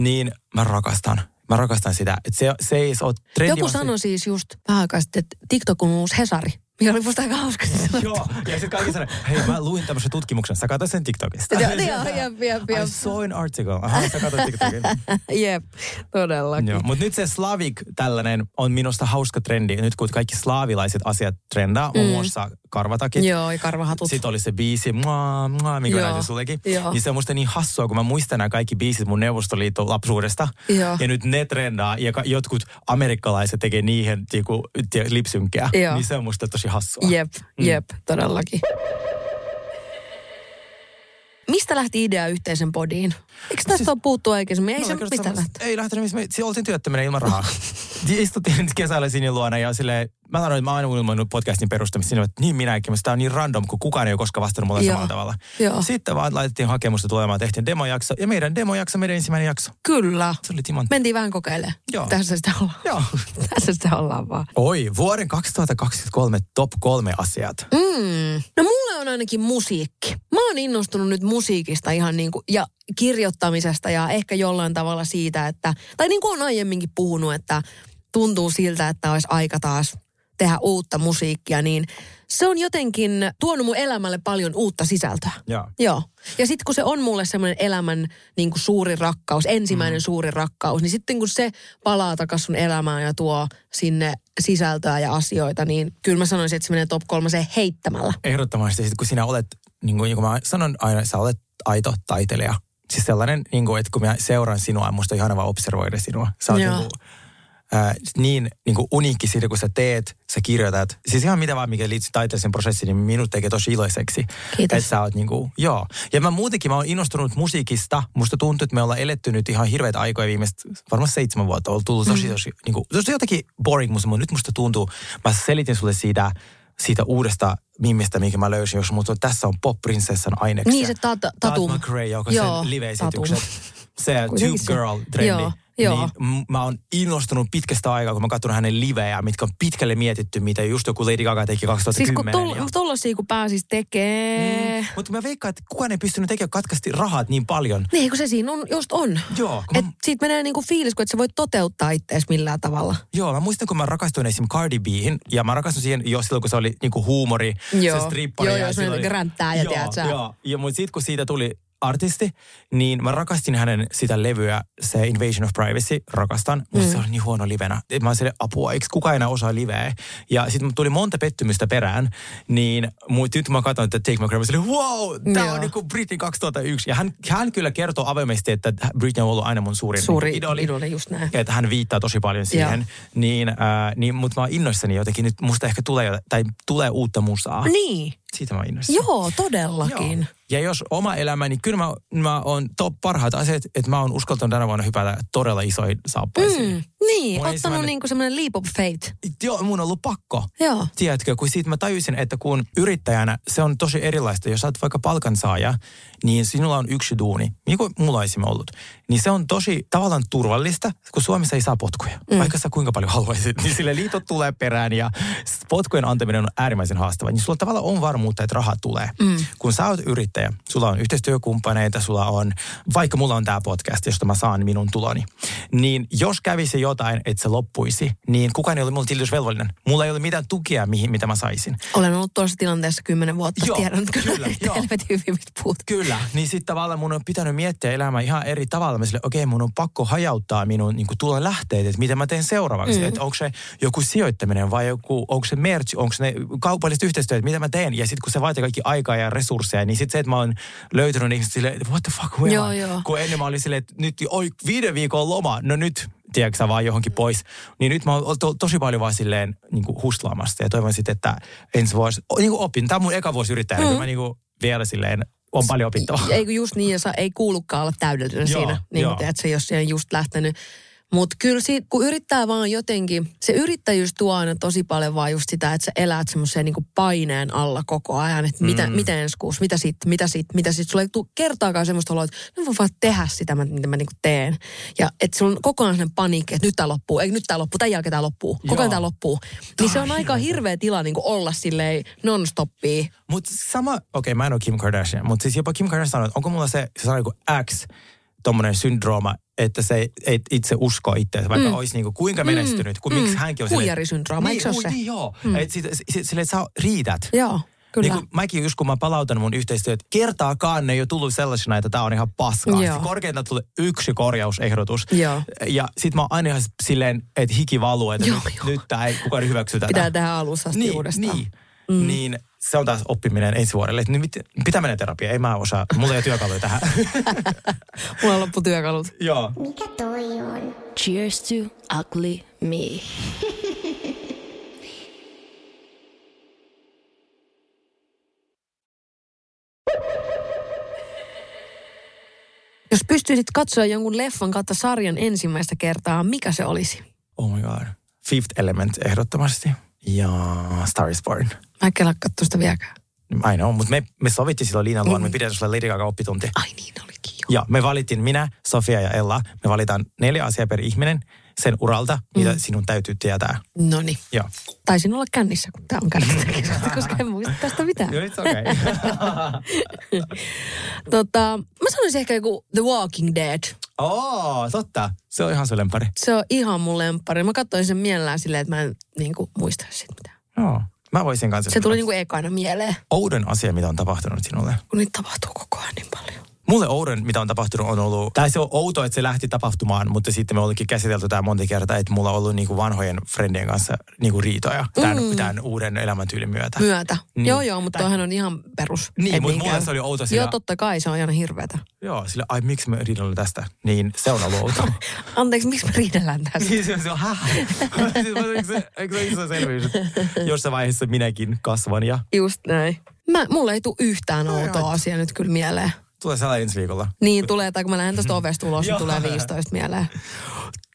Speaker 3: niin mä rakastan. Mä rakastan sitä. Et se, se ei ole trendi.
Speaker 2: Joku
Speaker 3: vaan se-
Speaker 2: sanoi siis just vähän aikaa sitten, että TikTok on uusi Hesari, mikä oli musta aika hauska.
Speaker 3: Joo, ja sitten kaikki sanoo, hei mä luin tämmöisen tutkimuksen, sä katsoit sen TikTokista.
Speaker 2: Joo, joo, jep, jep,
Speaker 3: I
Speaker 2: jep.
Speaker 3: saw an article. Aha, sä katsoit TikTokin.
Speaker 2: Jep, todellakin.
Speaker 3: Joo, mutta nyt se slavik tällainen on minusta hauska trendi. Nyt kun kaikki slaavilaiset asiat trendaa, muun muassa karvatakit.
Speaker 2: Mm. Joo, ja karvahatut.
Speaker 3: Sitten oli se biisi, mua, mua, mikä
Speaker 2: Joo.
Speaker 3: näytin sullekin.
Speaker 2: Joo.
Speaker 3: Niin se on musta niin hassua, kun mä muistan nämä kaikki biisit mun Neuvostoliiton lapsuudesta.
Speaker 2: Joo.
Speaker 3: Ja nyt ne trendaa ja ka- jotkut amerikkalaiset tekee niihin tiku, tie, lipsynkkiä.
Speaker 2: Joo.
Speaker 3: Niin se on musta tosi hassua.
Speaker 2: Jep,
Speaker 3: Mm.
Speaker 2: jep, todellakin. Mistä lähti idea yhteisen podiin? Eikö tästä
Speaker 3: Siis-
Speaker 2: siis, ole puhuttu aikaisemmin? Ei
Speaker 3: Me
Speaker 2: se
Speaker 3: ollaan
Speaker 2: mitään
Speaker 3: kerrottu
Speaker 2: lähtenyt.
Speaker 3: samasta- Ei lähtenyt, missä me siellä oltiin työttömänä ilman rahaa. Niin Istuttiin kesällä sinne luona ja sille, mä sanoin, että mä oon aina ilmoinut podcastin perustamista sinne, että niin minäkin, mutta tämä on niin random, kun kukaan ei ole koskaan vastannut mulle
Speaker 2: Joo.
Speaker 3: samalla tavalla.
Speaker 2: Joo.
Speaker 3: Sitten vaan laitettiin hakemusta tulemaan, tehtiin demojakso ja meidän demojakso, meidän ensimmäinen jakso.
Speaker 2: Kyllä.
Speaker 3: Se oli Timantti.
Speaker 2: Mentiin vähän kokeilemaan.
Speaker 3: Joo.
Speaker 2: Tässä sitä ollaan.
Speaker 3: Joo.
Speaker 2: Tässä sitä ollaan vaan.
Speaker 3: Oi, vuoden 2023 top kolme asiat.
Speaker 2: Mm. No mulle on ainakin musiikki. Mä oon innostunut nyt musiikista ihan niin kuin, ja kirjoittamisesta ja ehkä jollain tavalla siitä, että, tai niin kuin on aiemminkin puhunut, että tuntuu siltä, että olisi aika taas tehdä uutta musiikkia, niin se on jotenkin tuonut mun elämälle paljon uutta sisältöä.
Speaker 3: Joo.
Speaker 2: Joo. Ja sitten kun se on mulle semmoinen elämän niin kuin suuri rakkaus, ensimmäinen mm. suuri rakkaus, niin sitten kun se palaa takaisin sun elämään ja tuo sinne sisältöä ja asioita, niin kyllä mä sanoisin, että se menee top kolmaseen heittämällä.
Speaker 3: Ehdottomasti, sit kun sinä olet, niin kuin, niin kuin mä sanon aina, sä olet aito taiteilija. Siis sellainen, niin kuin, että kun mä seuraan sinua, musta on ihana vaan observoida sinua. Sä oot niin
Speaker 2: Joo.
Speaker 3: kuin, ää, niin, niin kuin uniikki siitä, kun sä teet, sä kirjoitat. Siis ihan mitä vaan, mikä liittyy taiteelliseen prosessiin, niin minut tekee tosi iloiseksi.
Speaker 2: Kiitos.
Speaker 3: Että sä oot niin kuin, joo. Ja mä muutenkin, mä oon innostunut musiikista. Musta tuntuu, että me ollaan eletty nyt ihan hirveitä aikoja viimeiset, varmaan seitsemän vuotta. On tullut
Speaker 2: Mm.
Speaker 3: tosi, tosi, niin kuin, tosi jotenkin boring musta, mutta nyt musta tuntuu, mä selitin sulle siitä, siitä uudesta mimistä, minkä mä löysin, jos mutta tässä on pop-prinsessan aineksia.
Speaker 2: Niin se Tat-
Speaker 3: Tad
Speaker 2: Tatum.
Speaker 3: McRae, joka
Speaker 2: Joo,
Speaker 3: sen live-esitykset.
Speaker 2: Tatum.
Speaker 3: se
Speaker 2: Kuitenkin se-
Speaker 3: Tube Girl-trendi.
Speaker 2: Joo, joo.
Speaker 3: Niin m- mä oon innostunut pitkästä aikaa, kun mä oon katsonut hänen livejä, mitkä on pitkälle mietitty, mitä just joku Lady Gaga teki
Speaker 2: Siis
Speaker 3: 2010.
Speaker 2: kun
Speaker 3: ja-
Speaker 2: tull- tollasia kun pääsis tekee. Mm.
Speaker 3: Mutta mä veikkaan, että kukaan ei pystynyt tekemään katkasti rahat niin paljon.
Speaker 2: Niin, kun se siinä on, just on.
Speaker 3: Joo, kun
Speaker 2: Et
Speaker 3: mä,
Speaker 2: siitä menee niinku fiilis, kun et sä voit toteuttaa ittees millään tavalla.
Speaker 3: joo, mä muistan, kun mä rakastuin esim. Cardi Bihin, ja mä rakastuin siihen jo silloin, kun se oli niinku huumori,
Speaker 2: Joo.
Speaker 3: se strippari.
Speaker 2: Joo,
Speaker 3: ja
Speaker 2: joo, se
Speaker 3: sillä
Speaker 2: oli niinku ränttää ja
Speaker 3: joo,
Speaker 2: tiedät sä.
Speaker 3: Joo, ja mutta sitten kun siitä tuli artisti, niin mä rakastin hänen sitä levyä, se Invasion of Privacy, rakastan, mutta
Speaker 2: Mm.
Speaker 3: se oli niin huono livenä. Et Mä olin silleen, apua, eikö kukaan enää osaa liveä? Ja sitten tuli monta pettymystä perään, niin mut nyt mä katson, että Take My Crown, mä olin, wow, tää
Speaker 2: Joo.
Speaker 3: on niinku Britney 2001. Ja hän, hän kyllä kertoo avoimesti, että Britney on ollut aina mun suurin
Speaker 2: Suuri
Speaker 3: niinku idoli.
Speaker 2: idoli, just näin.
Speaker 3: Ja että hän viittaa tosi paljon siihen. Niin, äh, niin, mutta mä oon innoissani jotenkin, nyt musta ehkä tulee, jo- tai tulee uutta musaa.
Speaker 2: Niin,
Speaker 3: Siitä mä oon innoissani.
Speaker 2: joo, todellakin.
Speaker 3: Joo. Ja jos oma elämä, niin kyllä mä, mä oon top parhaat asiat, että mä oon uskaltanut tänä vuonna hypätä todella isoihin saappaisiin.
Speaker 2: Mm,
Speaker 3: Mm.
Speaker 2: niin,
Speaker 3: Mun
Speaker 2: ottanut
Speaker 3: ensimmäinen-
Speaker 2: niinku semmoinen leap of faith.
Speaker 3: Joo, mun on ollut pakko.
Speaker 2: Joo.
Speaker 3: Tiedätkö, kun siitä mä tajusin, että kun yrittäjänä se on tosi erilaista. Jos sä oot vaikka palkansaaja, niin sinulla on yksi duuni, niin kuin mulla olisi ollut. Niin se on tosi tavallaan turvallista, kun Suomessa ei saa potkuja. Mm. Vaikka sä kuinka paljon haluaisit, niin sille liitot tulee perään ja s- potkujen antaminen on äärimmäisen haastava. Niin sulla tavallaan on varmuutta, että raha tulee. Mm. Kun sä oot yrittäjä, sulla on yhteistyökumppaneita, sulla on, vaikka mulla on tämä podcast, josta mä saan minun tuloni. Niin jos kävisi jotain, että se loppuisi, niin kukaan ei ole mulle tilitysvelvollinen. Mulla ei ole mitään tukia, mihin, mitä mä saisin.
Speaker 2: Olen ollut tuossa tilanteessa kymmenen vuotta,
Speaker 3: Joo,
Speaker 2: tiedän kyllä,
Speaker 3: kyllä,
Speaker 2: että
Speaker 3: joo.
Speaker 2: helvetin hyvin mitä puhut.
Speaker 3: Kyllä, niin sitten tavallaan mun on pitänyt miettiä elämää ihan eri tavalla. Mä sille, okei, mun on pakko hajauttaa minun niin tulon lähteet, että mitä mä teen seuraavaksi. Mm. Että onko se joku sijoittaminen vai joku, onko se merch, onko ne kaupalliset yhteistyöt, mitä mä teen. Ja sitten kun se vaatii kaikki aikaa ja resursseja, niin sitten se, että mä oon löytänyt ihmiset silleen, what the fuck, who am
Speaker 2: Joo,
Speaker 3: I?
Speaker 2: joo.
Speaker 3: Kun ennen mä olin silleen, että nyt oi, viiden viikon loma, no nyt tiedätkö sä, vaan johonkin pois. Niin nyt mä oon to, tosi paljon vaan silleen niin kuin huslaamassa ja toivon sitten, että ensi vuosi, niin kuin opin, tämä on mun eka vuosi yrittäjänä, mm. mä niin kuin vielä silleen on paljon opittavaa.
Speaker 2: Ei kun just niin, ja sa- ei kuulukaan olla täydellinen
Speaker 3: Joo,
Speaker 2: siinä, niin
Speaker 3: joo.
Speaker 2: kuin tiedät, se, jos se on just lähtenyt. Mutta kyllä siitä, kun yrittää vaan jotenkin, se yrittäjyys tuo aina tosi paljon vaan just sitä, että sä elät semmoisen niinku paineen alla koko ajan, että mitä,
Speaker 3: Mm.
Speaker 2: mitä ensi kuussa, mitä sitten, mitä sitten, mitä sitten. Sulla ei tule kertaakaan semmoista oloa, että mä voin vaan tehdä sitä, mä- mitä mä niinku teen. Ja että sulla on koko ajan sellainen paniikki, että nyt tää loppuu, ei nyt tää loppuu, tämän jälkeen tää loppuu, koko ajan
Speaker 3: Joo.
Speaker 2: tää loppuu. Niin se on aika hirveä tila niinku olla silleen non-stoppia.
Speaker 3: Mutta sama, okei okay, mä en ole Kim Kardashian, mutta siis jopa Kim Kardashian sanoi, että onko mulla se, se sanoi joku X, tommonen syndrooma, että se ei- ei itse usko itseänsä, vaikka mm. olisi niinku kuinka menestynyt, kun miksi hänkin on silleen-
Speaker 2: Huijarisyndrooma, eikö se
Speaker 3: niin,
Speaker 2: ole
Speaker 3: ui,
Speaker 2: se?
Speaker 3: Niin joo, mm. että sit, sit, silleen, että sä riität.
Speaker 2: Joo, kyllä.
Speaker 3: Niin kuin mäkin just kun mä palautan mun yhteistyöt, kertaakaan ne ei ole tullut sellaisena, että tää on ihan paskaa.
Speaker 2: Joo.
Speaker 3: Joo. Korkeintaan tulee yksi korjausehdotus.
Speaker 2: Joo.
Speaker 3: Ja sit mä oon aina ihan silleen, että hiki valuu, että
Speaker 2: Joo,
Speaker 3: nyt,
Speaker 2: joo.
Speaker 3: nyt tää ei kukaan hyväksy tätä.
Speaker 2: Pitää tehdä alusta asti uudestaan.
Speaker 3: Niin, mm. niin se on taas oppiminen ensi vuodelle. Että nyt mit- pitää mennä terapiaan, ei mä osaa. Mulla ei ole työkaluja tähän.
Speaker 2: Mulla loppu työkalut.
Speaker 3: Joo.
Speaker 4: Mikä toi on?
Speaker 5: Cheers to ugly me.
Speaker 2: Jos pystyisit katsoa jonkun leffan kautta sarjan ensimmäistä kertaa, mikä se olisi?
Speaker 3: Oh my god. Fifth Element ehdottomasti. Ja Star is Born.
Speaker 2: Mä en kelaa katsoa sitä vieläkään.
Speaker 3: I know, mutta me, me sovittiin silloin Liinan luona,
Speaker 2: Mm.
Speaker 3: me pidetään sulle Lady Gaga oppitunti.
Speaker 2: Ai niin olikin jo.
Speaker 3: Ja me valittiin minä, Sofia ja Ella. Me valitaan neljä asiaa per ihminen sen uralta, mitä
Speaker 2: Mm.
Speaker 3: sinun täytyy tietää.
Speaker 2: Noniin.
Speaker 3: Joo.
Speaker 2: No niin. Taisin olla kännissä, kun tää on kännissä, koska en muista tästä mitään.
Speaker 3: No, it's okay.
Speaker 2: Tota, mä sanoisin ehkä joku The Walking Dead.
Speaker 3: oh, totta. Se on ihan sun lempari.
Speaker 2: Se on ihan mun lemppari. Mä katsoin sen mielellään silleen, että mä en niin kuin, muista siitä mitään.
Speaker 3: Joo. Mä voisin kanssa.
Speaker 2: Se tuli niin kuin ekana mieleen,
Speaker 3: Oudon asia, mitä on tapahtunut sinulle.
Speaker 2: kun niitä tapahtuu koko ajan niin paljon.
Speaker 3: Mulle oudon, mitä on tapahtunut, on ollut, tai se on outoa, että se lähti tapahtumaan, mutta sitten me olikin käsitelty tämä monta kertaa, että mulla on ollut niinku vanhojen frendien kanssa niinku riitoja tämän, mm. tämän uuden elämäntyylin myötä.
Speaker 2: Myötä.
Speaker 3: Niin.
Speaker 2: Joo, joo, mutta
Speaker 3: Tai-
Speaker 2: toihan on ihan perus.
Speaker 3: Niin,
Speaker 2: Ei
Speaker 3: mut
Speaker 2: niinkään.
Speaker 3: mulle se oli outo sillä-
Speaker 2: Joo, totta kai, se on ihan hirveetä.
Speaker 3: Joo, sillä ai miksi me riidolle tästä, niin se on ollut outoa.
Speaker 2: Anteeksi, miksi me riidellään tässä?
Speaker 3: Niin se on se, on, häh? Siis mä- eikö se- Eikö se ole iso selvyys? että Jossain vaiheessa minäkin kasvan ja
Speaker 2: Just näin. Mä, mulla ei tule yhtään outoa asiaa nyt kyllä mieleen.
Speaker 3: tulee sellainen ensi viikolla.
Speaker 2: Niin tulee, tai kun mä lähden tästä ovesta ulos, niin
Speaker 3: Joo.
Speaker 2: tulee 15 mieleen.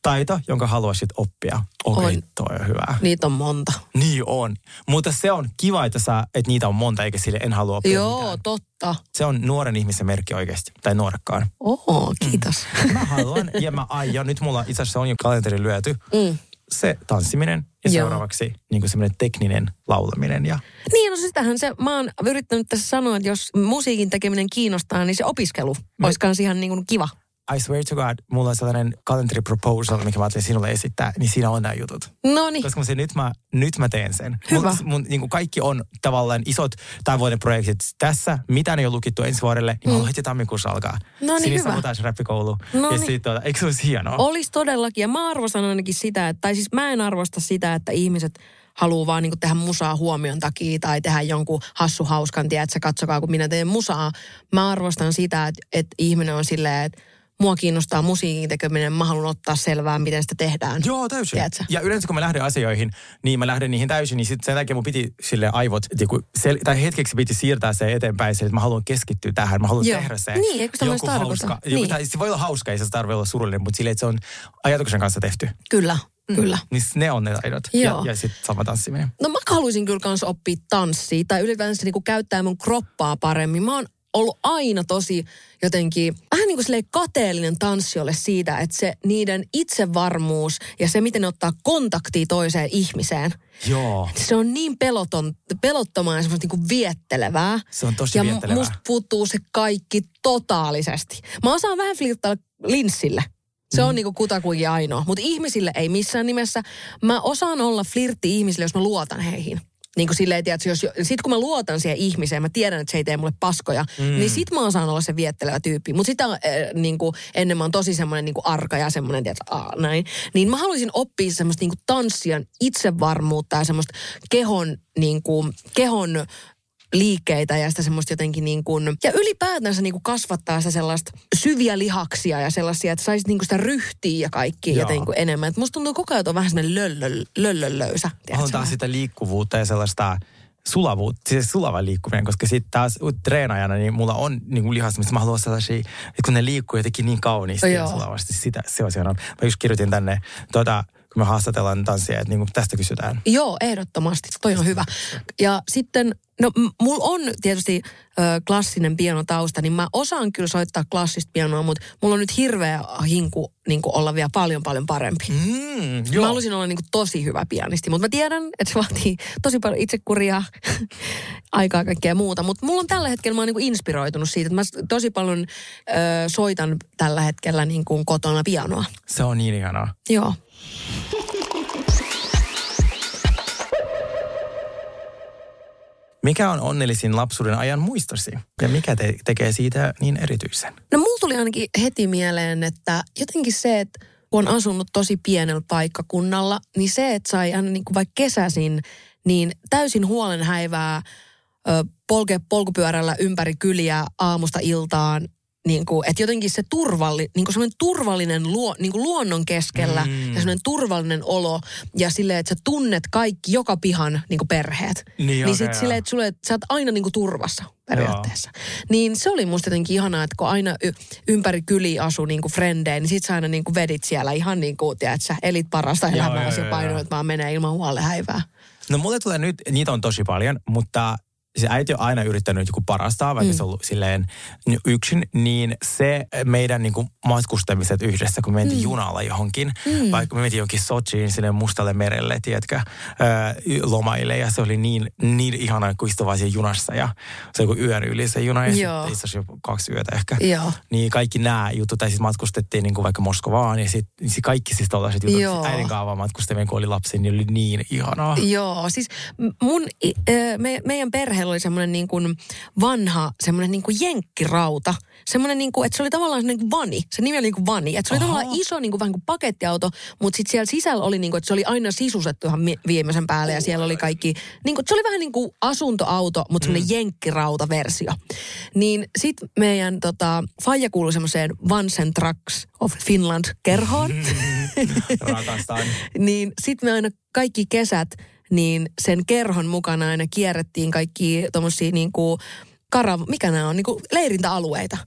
Speaker 3: taito, jonka haluaisit oppia. Okei, okay,
Speaker 2: On.
Speaker 3: toi on hyvä.
Speaker 2: Niitä on monta.
Speaker 3: Niin on. Mutta se on kiva, että, sä, että niitä on monta, eikä sille en halua oppia
Speaker 2: Joo,
Speaker 3: mitään.
Speaker 2: totta.
Speaker 3: Se on nuoren ihmisen merkki oikeasti, tai nuorekkaan.
Speaker 2: Oo, kiitos.
Speaker 3: Mä haluan ja mä aion. Nyt mulla itse asiassa on jo kalenteri lyöty.
Speaker 2: Mm.
Speaker 3: Se tanssiminen ja
Speaker 2: Joo.
Speaker 3: seuraavaksi niin semmoinen tekninen laulaminen. Ja,
Speaker 2: Niin, no sitähän se, mä oon yrittänyt tässä sanoa, että jos musiikin tekeminen kiinnostaa, niin se opiskelu
Speaker 3: Me-
Speaker 2: olisi kans ihan niin kuin kiva.
Speaker 3: I swear to God, mulla on sellainen kalenteri proposal, mikä mä ajattelin sinulle esittää, niin siinä on nämä jutut.
Speaker 2: No niin,
Speaker 3: Koska mä sanoin, nyt mä, nyt mä teen sen.
Speaker 2: Hyvä.
Speaker 3: Mun, mun niin kuin kaikki on tavallaan isot tämän vuoden projektit tässä. Mitään ei ole lukittu ensi vuodelle, niin mä haluan heti tammikuussa alkaa.
Speaker 2: Mm. No niin,
Speaker 3: Sinistä
Speaker 2: hyvä.
Speaker 3: mutaan räppikoulu.
Speaker 2: No
Speaker 3: ja
Speaker 2: niin.
Speaker 3: sit, tuota, eikö se olisi hienoa?
Speaker 2: olisi todellakin. Ja mä arvostan ainakin sitä, että, tai siis mä en arvosta sitä, että ihmiset haluaa vaan niin tehdä musaa huomion takia tai tehdä jonkun hassu hauskan, tiedätkö, katsokaa kun minä teen musaa. Mä arvostan sitä, että, että ihminen on silleen, että mua kiinnostaa musiikin tekeminen, mä haluan ottaa selvää, miten sitä tehdään.
Speaker 3: Joo, täysin.
Speaker 2: Tiedätkö?
Speaker 3: Ja yleensä kun mä lähden asioihin, niin mä lähden niihin täysin, niin sit sen takia mun piti sille aivot, niinku sel- tai hetkeksi piti siirtää se eteenpäin, sille, että mä haluan keskittyä tähän, mä haluan
Speaker 2: Joo.
Speaker 3: tehdä se.
Speaker 2: Niin, eikö se olisi tarkoitus?
Speaker 3: hauska, joku,
Speaker 2: Niin.
Speaker 3: tai, se voi olla hauska, ei se tarvitse olla surullinen, mutta sille, että se on ajatuksen kanssa tehty.
Speaker 2: Kyllä, kyllä.
Speaker 3: Niin s- ne on ne taidot.
Speaker 2: Joo.
Speaker 3: Ja, ja sitten sama tanssiminen.
Speaker 2: No mä haluaisin kyllä kans oppia tanssia tai ylipäänsä niinku käyttää mun kroppaa paremmin. Mä oon ollut aina tosi jotenkin vähän niin kuin silleen kateellinen tanssijoille siitä, että se niiden itsevarmuus ja se, miten ne ottaa kontaktia toiseen ihmiseen,
Speaker 3: Joo.
Speaker 2: se on niin peloton, pelottomaa ja semmoista niinku viettelevää.
Speaker 3: Se on tosi
Speaker 2: ja mu-
Speaker 3: viettelevää.
Speaker 2: musta puuttuu se kaikki totaalisesti. Mä osaan vähän flirttailla linssille. Se
Speaker 3: Mm.
Speaker 2: on niinku kutakuinkin ainoa. Mutta ihmisille ei missään nimessä. Mä osaan olla flirtti ihmisille, jos mä luotan heihin. Niin kuin silleen, tiedätkö, jos, sit kun mä luotan siihen ihmiseen, mä tiedän, että se ei tee mulle paskoja, mm. niin sit mä osaan olla se viettelevä tyyppi. Mutta sitä äh, niin kuin, ennen mä oon tosi semmoinen niin arka ja semmoinen, tiedätkö, aa, näin. Niin mä haluaisin oppia semmoista niin kuin tanssijan itsevarmuutta ja semmoista kehon, niin kuin, kehon liikkeitä ja sitä semmoista jotenkin niin kuin, ja ylipäätänsä niin kuin kasvattaa sitä sellaista syviä lihaksia ja sellaisia, että saisi niin kuin sitä ryhtiä ja kaikki
Speaker 3: Joo.
Speaker 2: jotenkin kuin enemmän. Et musta tuntuu että koko ajan että on vähän semmoinen löllö, löllölöysä.
Speaker 3: Mä haluan taas sitä liikkuvuutta ja sellaista sulavuutta, siis sulava liikkuminen, koska sitten taas treenajana, niin mulla on niin kuin lihas, missä mä haluan sellaisia, että kun ne liikkuu jotenkin niin kauniisti ja
Speaker 2: Joo.
Speaker 3: sulavasti, sitä, se on hienoa. Mä just kirjoitin tänne, tuota, kun me haastatellaan tanssia, että niin kuin tästä kysytään.
Speaker 2: Joo, ehdottomasti. Toi on hyvä. Ja sitten, no m- mulla on tietysti ö, klassinen pianotausta, niin mä osaan kyllä soittaa klassista pianoa, mutta mulla on nyt hirveä hinku niin kuin olla vielä paljon paljon parempi.
Speaker 3: Mm,
Speaker 2: Joo. Mä haluaisin olla niin kuin tosi hyvä pianisti, mutta mä tiedän, että se vaatii tosi paljon itsekuria, aikaa ja kaikkea muuta. Mutta mulla on tällä hetkellä, mä oon niin kuin inspiroitunut siitä, että mä s- tosi paljon ö, soitan tällä hetkellä niin kuin kotona pianoa.
Speaker 3: Se on niin ihanaa.
Speaker 2: Joo.
Speaker 3: Mikä on onnellisin lapsuuden ajan muistosi? Ja mikä te- tekee siitä niin erityisen?
Speaker 2: No mulla tuli ainakin heti mieleen, että jotenkin se, että kun on asunut tosi pienellä paikkakunnalla, niin se, että sai aina niin kuin vaikka kesäsin, niin täysin huolenhäivää ö, polkea polkupyörällä ympäri kyliä aamusta iltaan. Niin kuin, että jotenkin se turvalli, niin kuin semmoinen turvallinen luo, niin kuin luonnon keskellä
Speaker 3: Mm.
Speaker 2: mm. ja semmoinen turvallinen olo ja silleen, että sä tunnet kaikki, joka pihan niin kuin perheet. Niin, niin sitten silleen, että sulle, että sä oot aina niinku turvassa periaatteessa. Joo. Niin se oli musta jotenkin ihanaa, että kun aina y- ympäri kyliä asuu niinku frendejä, niin sit sä aina niinku vedit siellä ihan niinku, tiedät sä, elit parasta
Speaker 3: Joo,
Speaker 2: elämääsi
Speaker 3: joo,
Speaker 2: ja
Speaker 3: joo,
Speaker 2: painoit vaan menee ilman huolehäivää.
Speaker 3: No mulle tulee nyt, niitä on tosi paljon, mutta se äiti on aina yrittänyt joku parastaa, vaikka mm. se on ollut silleen ny- yksin, niin se meidän niin kuin matkustamiset yhdessä, kun me mentiin mm. junalla johonkin, mm. vaikka me mentiin johonkin Sochiin sinne mustalle merelle, tiedätkö, ää, y- lomaille, ja se oli niin, niin ihana, kun istui vaan siinä junassa, ja se oli kuin yön yli se juna, ja
Speaker 2: Joo.
Speaker 3: sitten istui jo kaksi yötä ehkä.
Speaker 2: Joo.
Speaker 3: Niin kaikki nämä jutut, tai siis matkustettiin niin kuin vaikka Moskovaan, ja sitten sit kaikki siis tällaiset jutut,
Speaker 2: Joo.
Speaker 3: äidin kaavaa matkustaminen, kun oli lapsi, niin oli niin ihanaa.
Speaker 2: Joo, siis m- mun, i- ö, me, meidän perheellä oli semmoinen niin kuin vanha, semmoinen niin kuin jenkkirauta. Semmoinen niin kuin, että se oli tavallaan semmoinen kuin vani. Se nimi oli niin kuin vani. Että se oli
Speaker 3: Aha.
Speaker 2: tavallaan iso niin kuin vähän kuin pakettiauto, mutta sitten siellä sisällä oli niin kuin, että se oli aina sisustettu ihan mi- viimeisen päälle ja siellä oli kaikki, niin kuin, se oli vähän niin kuin asuntoauto, mutta semmoinen mm. jenkkirautaversio. Niin sit meidän tota, faija kuului semmoiseen Vansen Trucks of Finland kerhoon.
Speaker 3: Rakastan.
Speaker 2: niin sitten me aina kaikki kesät, niin sen kerhon mukana aina kierrettiin kaikki tommosia niin kuin Niinku karav, mikä nämä on, niin kuin leirintäalueita.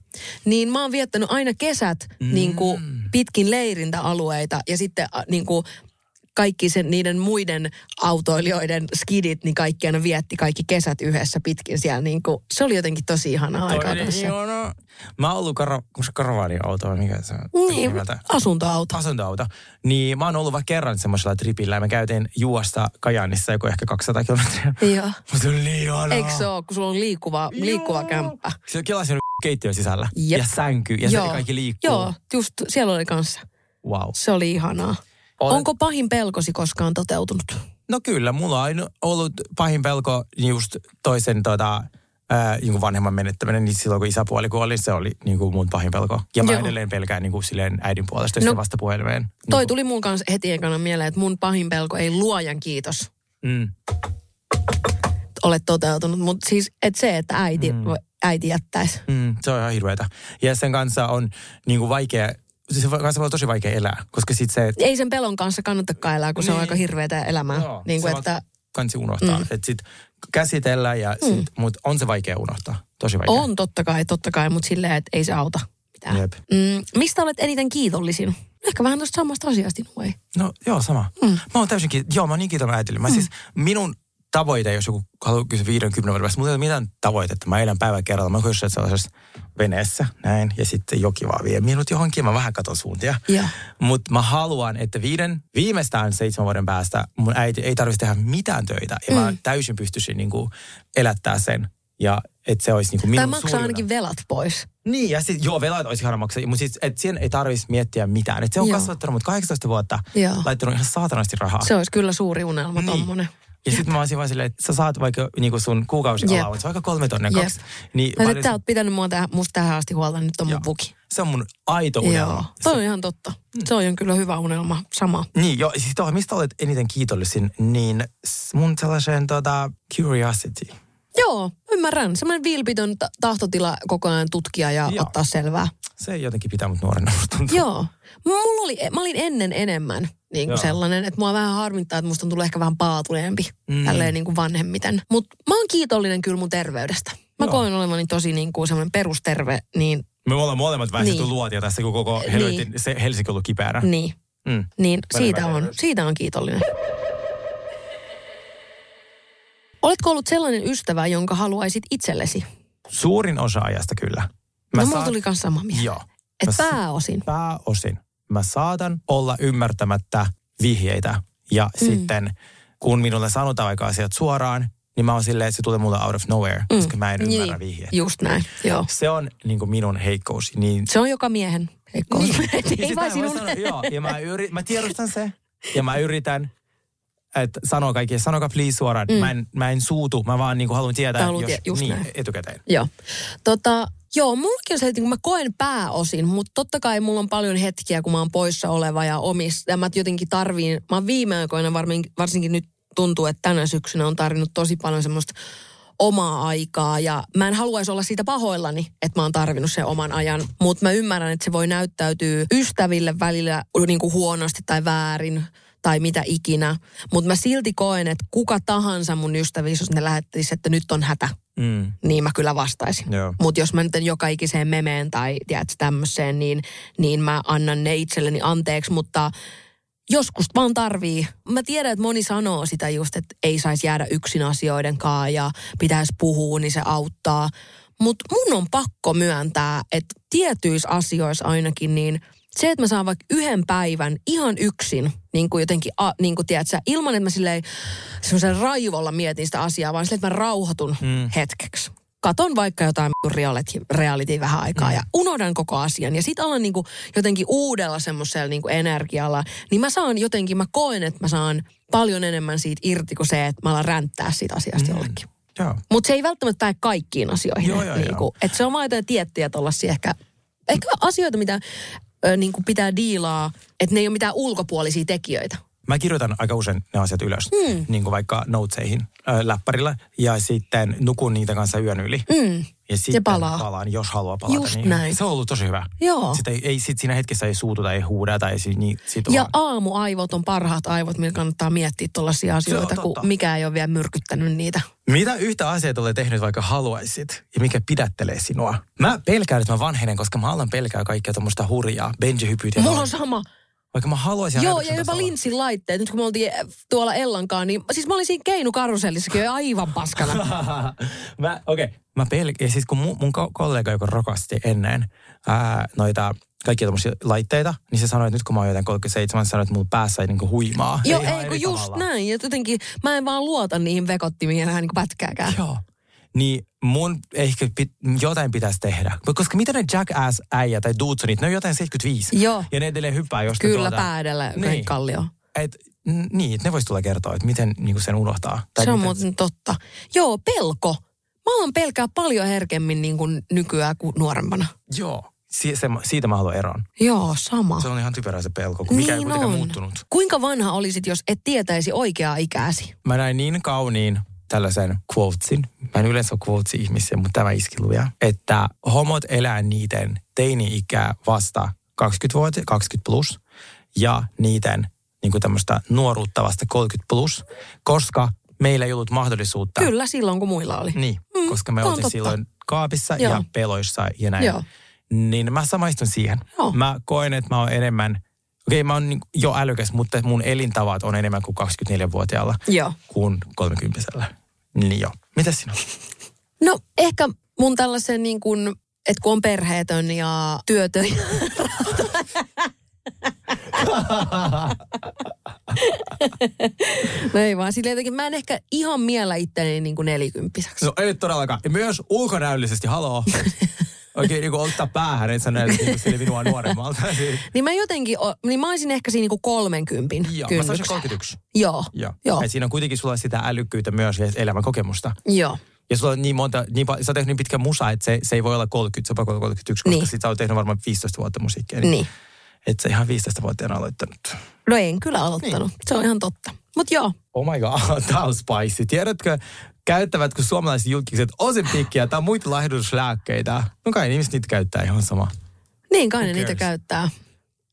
Speaker 2: Niin mä oon viettänyt aina kesät niin kuin pitkin leirintäalueita ja sitten a, niin kuin kaikki sen, niiden muiden autoilijoiden skidit, niin kaikki aina vietti kaikki kesät yhdessä pitkin siellä. Niin kuin, se oli jotenkin tosi ihanaa aikaa tässä.
Speaker 3: Joo, no. Mä oon ollut kar- karavaaniautoa, mikä se on?
Speaker 2: Niin,
Speaker 3: Nimeltä?
Speaker 2: asuntoauto.
Speaker 3: asuntoauto, niin mä oon ollut vaan kerran semmoisella tripillä ja me käytiin juosta Kajaanissa joku ehkä 200 kilometriä.
Speaker 2: Joo.
Speaker 3: Mutta se oli niin ihanaa.
Speaker 2: Eikö se ole, kun sulla on liikkuva, liikkuva kämppä?
Speaker 3: Se kelasi on keittiön sisällä
Speaker 2: Jep.
Speaker 3: ja sänky ja Joo. se kaikki liikkuu.
Speaker 2: Joo, just siellä oli kanssa.
Speaker 3: Wow.
Speaker 2: Se oli ihanaa.
Speaker 3: Olet-
Speaker 2: Onko pahin pelkosi koskaan toteutunut?
Speaker 3: No kyllä, mulla on ollut pahin pelko just toisen tota, ää, niin kuin vanhemman menettäminen, niin silloin kun isäpuoli kuoli, se oli niin kuin mun pahin pelko. Ja mä
Speaker 2: Joo.
Speaker 3: Joo. edelleen pelkään niin kuin silleen äidin puolesta, jos
Speaker 2: No,
Speaker 3: no, vastapuhelimeen. Niin
Speaker 2: Toi
Speaker 3: kuin-
Speaker 2: tuli mun kanssa heti ekana mieleen, että mun pahin pelko ei luojan kiitos
Speaker 3: Mm.
Speaker 2: ole toteutunut, mutta siis et se, että äiti, mm. äiti jättäisi.
Speaker 3: Mm, se on ihan hirveetä. Ja sen kanssa on niin kuin vaikea, siis sen kanssa on tosi vaikea elää, koska sit se, että
Speaker 2: Ei sen pelon kanssa kannatakaan elää, kun niin. se on
Speaker 3: Niin.
Speaker 2: aika hirveätä elämää. Joo, niin
Speaker 3: se
Speaker 2: kuin,
Speaker 3: vaan
Speaker 2: että
Speaker 3: kansi unohtaa. Mm. Että sit käsitellä ja sit, mm. mutta on se vaikea unohtaa. Tosi vaikea.
Speaker 2: on totta kai, totta kai, mutta silleen, että ei se auta mitään.
Speaker 3: Jep.
Speaker 2: Mm, mistä olet eniten kiitollisin? Ehkä vähän tuosta samasta asiasta, vai?
Speaker 3: No joo, sama. Mm. Mä oon täysin kiit- Joo, mä oon niin kiitollinen äitille. Mä mm. siis, minun tavoite, jos joku haluaa kysyä 50 vuoden päästä, mutta ei ole mitään tavoitetta. Mä elän päivän kerralla. Mä hyssän sellaisessa veneessä, näin, ja sitten joki vaan vie minut johonkin. Mä vähän katon suuntia.
Speaker 2: Joo.
Speaker 3: Mutta mä haluan, että viiden, viimeistään seitsemän vuoden päästä mun äiti ei tarvitsisi tehdä mitään töitä. Ja mm. mä täysin pystyisin niinku elättää sen. Ja että se olisi niinku minun
Speaker 2: Tai maksaa
Speaker 3: suurin-
Speaker 2: ainakin velat pois.
Speaker 3: niin, ja sitten joo, velat olisi ihana maksaa, mutta siis, et siihen ei tarvitsisi miettiä mitään. Et se on
Speaker 2: Joo.
Speaker 3: joo. kasvattanut mut 18 vuotta,
Speaker 2: Joo.
Speaker 3: laittanut ihan saatanasti rahaa.
Speaker 2: Se olisi kyllä suuri unelma niin.
Speaker 3: Ah. Niin.
Speaker 2: tommonen.
Speaker 3: ja sitten mä olisin vaan silleen, että sä saat vaikka niinku sun kuukausi
Speaker 2: Jep.
Speaker 3: alavat, se on vaikka kolme tonnia
Speaker 2: Jep.
Speaker 3: kaksi. Niin,
Speaker 2: No,
Speaker 3: mä
Speaker 2: olisin...
Speaker 3: olisin,
Speaker 2: Sä oot pitänyt mua tähän, musta tähän asti huolta, nyt on mun
Speaker 3: Joo.
Speaker 2: vuki.
Speaker 3: se on Mm. mun aito
Speaker 2: Joo,
Speaker 3: unelma.
Speaker 2: toi on ihan totta. Se on kyllä hyvä unelma, sama.
Speaker 3: Niin, joo, siis tuohon, mistä olet eniten kiitollisin, niin s- mun sellaiseen tota, curiosity.
Speaker 2: Joo, ymmärrän. Semmoinen vilpitön ta- tahtotila koko ajan tutkia ja Joo.
Speaker 3: Joo.
Speaker 2: ottaa selvää.
Speaker 3: Se ei jotenkin pitää mut nuorena, musta tuntuu.
Speaker 2: Joo. Mulla oli, mä olin ennen enemmän niin kuin
Speaker 3: Joo.
Speaker 2: sellainen, että mua vähän harmittaa, että musta on tullut ehkä vähän paatuneempi mm.
Speaker 3: Mm.
Speaker 2: tälleen niin kuin vanhemmiten. Mutta mä oon kiitollinen kyllä mun terveydestä. Mä
Speaker 3: Joo.
Speaker 2: koen olevani tosi niin kuin semmoinen perusterve, niin,
Speaker 3: Me ollaan molemmat vähän
Speaker 2: Niin.
Speaker 3: niin. luotia tässä, kun koko
Speaker 2: Niin.
Speaker 3: helvetin, se Helsinki on ollut kipeänä.
Speaker 2: niin,
Speaker 3: Mm.
Speaker 2: niin
Speaker 3: Mä
Speaker 2: siitä,
Speaker 3: ymmärrän
Speaker 2: on,
Speaker 3: myös.
Speaker 2: siitä on kiitollinen. Oletko ollut sellainen ystävä, jonka haluaisit itsellesi?
Speaker 3: Suurin osa ajasta kyllä.
Speaker 2: no mulla tuli myös sama mieleen.
Speaker 3: Joo.
Speaker 2: Et
Speaker 3: Mä sa-
Speaker 2: pääosin.
Speaker 3: pääosin mä saatan olla ymmärtämättä vihjeitä. Ja
Speaker 2: Mm.
Speaker 3: mm. sitten kun minulle sanotaan vaikka asiat suoraan, niin mä oon silleen, että se tulee mulle out of nowhere, mm. koska mä en ymmärrä niin. vihjettä.
Speaker 2: Just näin, joo.
Speaker 3: Se on niin kuin minun heikkous. Niin,
Speaker 2: Se on joka miehen heikkous.
Speaker 3: Ja
Speaker 2: Niin, Ei vain
Speaker 3: sit mä voin
Speaker 2: sinun.
Speaker 3: Sanoa, joo, ja mä, yrit, mä tiedostan se. Ja mä yritän, että sanoa kaikille, sanokaa please suoraan. Mm. Mä, en, mä en suutu, mä vaan niin kuin haluan tietää,
Speaker 2: Mä haluan
Speaker 3: jos,
Speaker 2: tie- just
Speaker 3: niin,
Speaker 2: näin.
Speaker 3: etukäteen.
Speaker 2: Joo. Tota, joo, mullakin on se, että kun mä koen pääosin, mutta totta kai mulla on paljon hetkiä, kun mä oon poissa oleva ja omis. Ja mä jotenkin tarviin, mä oon viime aikoina varmin, varsinkin nyt tuntuu, että tänä syksynä on tarvinnut tosi paljon semmoista omaa aikaa ja mä en haluaisi olla siitä pahoillani, että mä oon tarvinnut sen oman ajan, mutta mä ymmärrän, että se voi näyttäytyä ystäville välillä niin kuin huonosti tai väärin tai mitä ikinä, mutta mä silti koen, että kuka tahansa mun ystävissä, jos ne lähettäisi, että nyt on hätä,
Speaker 3: Mm.
Speaker 2: niin mä kyllä vastaisin.
Speaker 3: Joo.
Speaker 2: Mutta jos mä nyt en joka ikiseen memeen tai tiedätkö, tämmöiseen, niin, niin mä annan ne itselleni anteeksi, mutta joskus vaan tarvii. Mä tiedän, että moni sanoo sitä just, että ei saisi jäädä yksin asioiden kanssa ja pitäisi puhua, niin se auttaa. Mutta mun on pakko myöntää, että tietyissä asioissa ainakin, niin se, että mä saan vaikka yhden päivän ihan yksin, niin kuin jotenkin, a, niin kuin tiedät sä, ilman että mä silleen semmoisen raivolla mietin sitä asiaa, vaan silleen, että mä rauhoitun mm. hetkeksi. Katon vaikka jotain vitun reality, reality vähän aikaa mm. ja unohdan koko asian. Ja sit alan niinku jotenkin uudella semmoisella niinku energialla, niin mä saan jotenkin, mä koen, että mä saan paljon enemmän siitä irti kuin se, että mä alan ränttää siitä asiasta mm. jollekin.
Speaker 3: Joo.
Speaker 2: Mutta se ei välttämättä pääe kaikkiin asioihin.
Speaker 3: Joo, joo,
Speaker 2: niinku.
Speaker 3: joo.
Speaker 2: Et se on vaan jotain tiettyjä tuollaisia ehkä, ehkä asioita, mitä ö, niinku pitää diilaa, että ne ei ole mitään ulkopuolisia tekijöitä.
Speaker 3: mä kirjoitan aika usein ne asiat ylös,
Speaker 2: Hmm.
Speaker 3: mm. niin kuin vaikka noteseihin äh, läppärillä, ja sitten nukun niitä kanssa yön yli.
Speaker 2: Mm.
Speaker 3: Ja sitten
Speaker 2: palaa.
Speaker 3: palaan, jos haluaa palata.
Speaker 2: Just
Speaker 3: niin.
Speaker 2: näin.
Speaker 3: Se on ollut tosi hyvä.
Speaker 2: Joo.
Speaker 3: Sitä ei, ei, sit siinä hetkessä ei suututa, ei huudata, ei si, niin, sit
Speaker 2: Ja
Speaker 3: vaan-
Speaker 2: aamuaivot on parhaat aivot, millä kannattaa miettiä tuollaisia
Speaker 3: on
Speaker 2: asioita, kun
Speaker 3: totta.
Speaker 2: mikä ei ole vielä myrkyttänyt niitä.
Speaker 3: Mitä yhtä asiaa olet tehnyt, vaikka haluaisit, ja mikä pidättelee sinua? Mä pelkään, että mä vanhenen, koska mä alan pelkää kaikkea tuommoista hurjaa, benjihypyyt ja
Speaker 2: Mulla on
Speaker 3: noin.
Speaker 2: sama.
Speaker 3: Vaikka mä haluaisin
Speaker 2: Joo,
Speaker 3: ajatuksen
Speaker 2: ja jopa
Speaker 3: tasolla-
Speaker 2: linsin laitteet. Nyt kun me oltiin äh, tuolla Ellankaan, niin siis mä olin siinä keinukarusellissakin jo aivan paskana.
Speaker 3: mä, okay. mä pelk- ja siis kun mun, mun ko- kollega, joka rakasti ennen ää, noita kaikkia tommosia laitteita, niin se sanoi, että nyt kun mä oon jotain 37, se sanoi, että mun päässä ei niinku huimaa.
Speaker 2: Joo,
Speaker 3: Ihan
Speaker 2: ei
Speaker 3: eri
Speaker 2: kun just
Speaker 3: tavalla.
Speaker 2: näin. Ja jotenkin mä en vaan luota niihin vekottimiin enää niin kuin pätkääkään.
Speaker 3: Joo. Niin mun ehkä pit, jotain pitäisi tehdä. Koska mitä ne jackass-äijä tai duutsonit, ne on jotain 75.
Speaker 2: Joo.
Speaker 3: Ja ne edelleen hyppää jostain
Speaker 2: Kyllä
Speaker 3: tuolta.
Speaker 2: pää edellä
Speaker 3: Niin.
Speaker 2: niin. kallio.
Speaker 3: Et, n- niin, et ne vois tulla kertoa, että miten niinku sen unohtaa.
Speaker 2: Se on
Speaker 3: miten,
Speaker 2: muuten totta. Joo, pelko. Mä alan pelkää paljon herkemmin niin kuin nykyään kuin nuorempana.
Speaker 3: Joo. Si- se, siitä mä haluan eroon.
Speaker 2: Joo, sama.
Speaker 3: Se on ihan typerä se pelko,
Speaker 2: Niin
Speaker 3: kun mikä ei kuitenkaan muuttunut.
Speaker 2: Kuinka vanha olisit, jos et tietäisi oikeaa ikääsi?
Speaker 3: Mä näin niin kauniin tällaisen quotesin. Mä en yleensä ole quotes-ihmisiä, mutta tämä iski lujaa. Että homot elää niiden teini-ikää vasta 20 vuotta, 20 plus. Ja niiden niin kuin tämmöistä nuoruutta vasta 30 plus. Koska meillä ei ollut mahdollisuutta.
Speaker 2: Kyllä silloin, kun muilla oli.
Speaker 3: Niin,
Speaker 2: Mm,
Speaker 3: koska me
Speaker 2: tää on
Speaker 3: oltiin
Speaker 2: totta.
Speaker 3: silloin kaapissa
Speaker 2: Joo.
Speaker 3: ja peloissa ja näin.
Speaker 2: Joo.
Speaker 3: Niin mä samaistun siihen.
Speaker 2: Joo.
Speaker 3: Mä koen, että mä oon enemmän, okei mä oon niin jo älykäs, mutta mun elintavat on enemmän kuin 24-vuotiaalla
Speaker 2: Joo.
Speaker 3: kuin 30 Niin joo. Mitä sinä?
Speaker 2: No ehkä mun tällaisen niin kuin, että kun on perheetön ja työtön ja No ei vaan, sille jotenkin mä en ehkä ihan miellä itteni niin kuin nelikymppiseksi.
Speaker 3: No ei todellakaan. Ja myös ulkonäöllisesti, haloo. Oikein niin kuin ottaa päähän, et sä näytä niin sille minua nuoremmalta.
Speaker 2: Niin mä jotenkin, o- niin mä olisin ehkä siinä niinku kolmenkympin
Speaker 3: joo, mä sanoisin
Speaker 2: kynnyksellä.
Speaker 3: 31.
Speaker 2: Joo,
Speaker 3: Joo.
Speaker 2: Joo.
Speaker 3: Et siinä on kuitenkin sulla sitä älykkyyttä myös ja elämän kokemusta.
Speaker 2: joo.
Speaker 3: Ja sulla on niin monta, niin, pa- sä oot tehnyt niin pitkä musa, että se, se ei voi olla 30, se on pakko olla 31, koska
Speaker 2: Niin.
Speaker 3: sit sä oot tehnyt varmaan 15 vuotta musiikkia.
Speaker 2: Niin.
Speaker 3: Et sä ihan 15-vuotiaana aloittanut.
Speaker 2: No en kyllä aloittanut, niin. se on ihan totta. Mut joo,
Speaker 3: Oh my god, tää on spicy. Tiedätkö, käyttävätkö suomalaiset julkiset osepikkiä tai muita laihdutuslääkkeitä? No kai ihmiset niitä käyttää ihan sama.
Speaker 2: niin kai ne niitä
Speaker 3: cares?
Speaker 2: käyttää.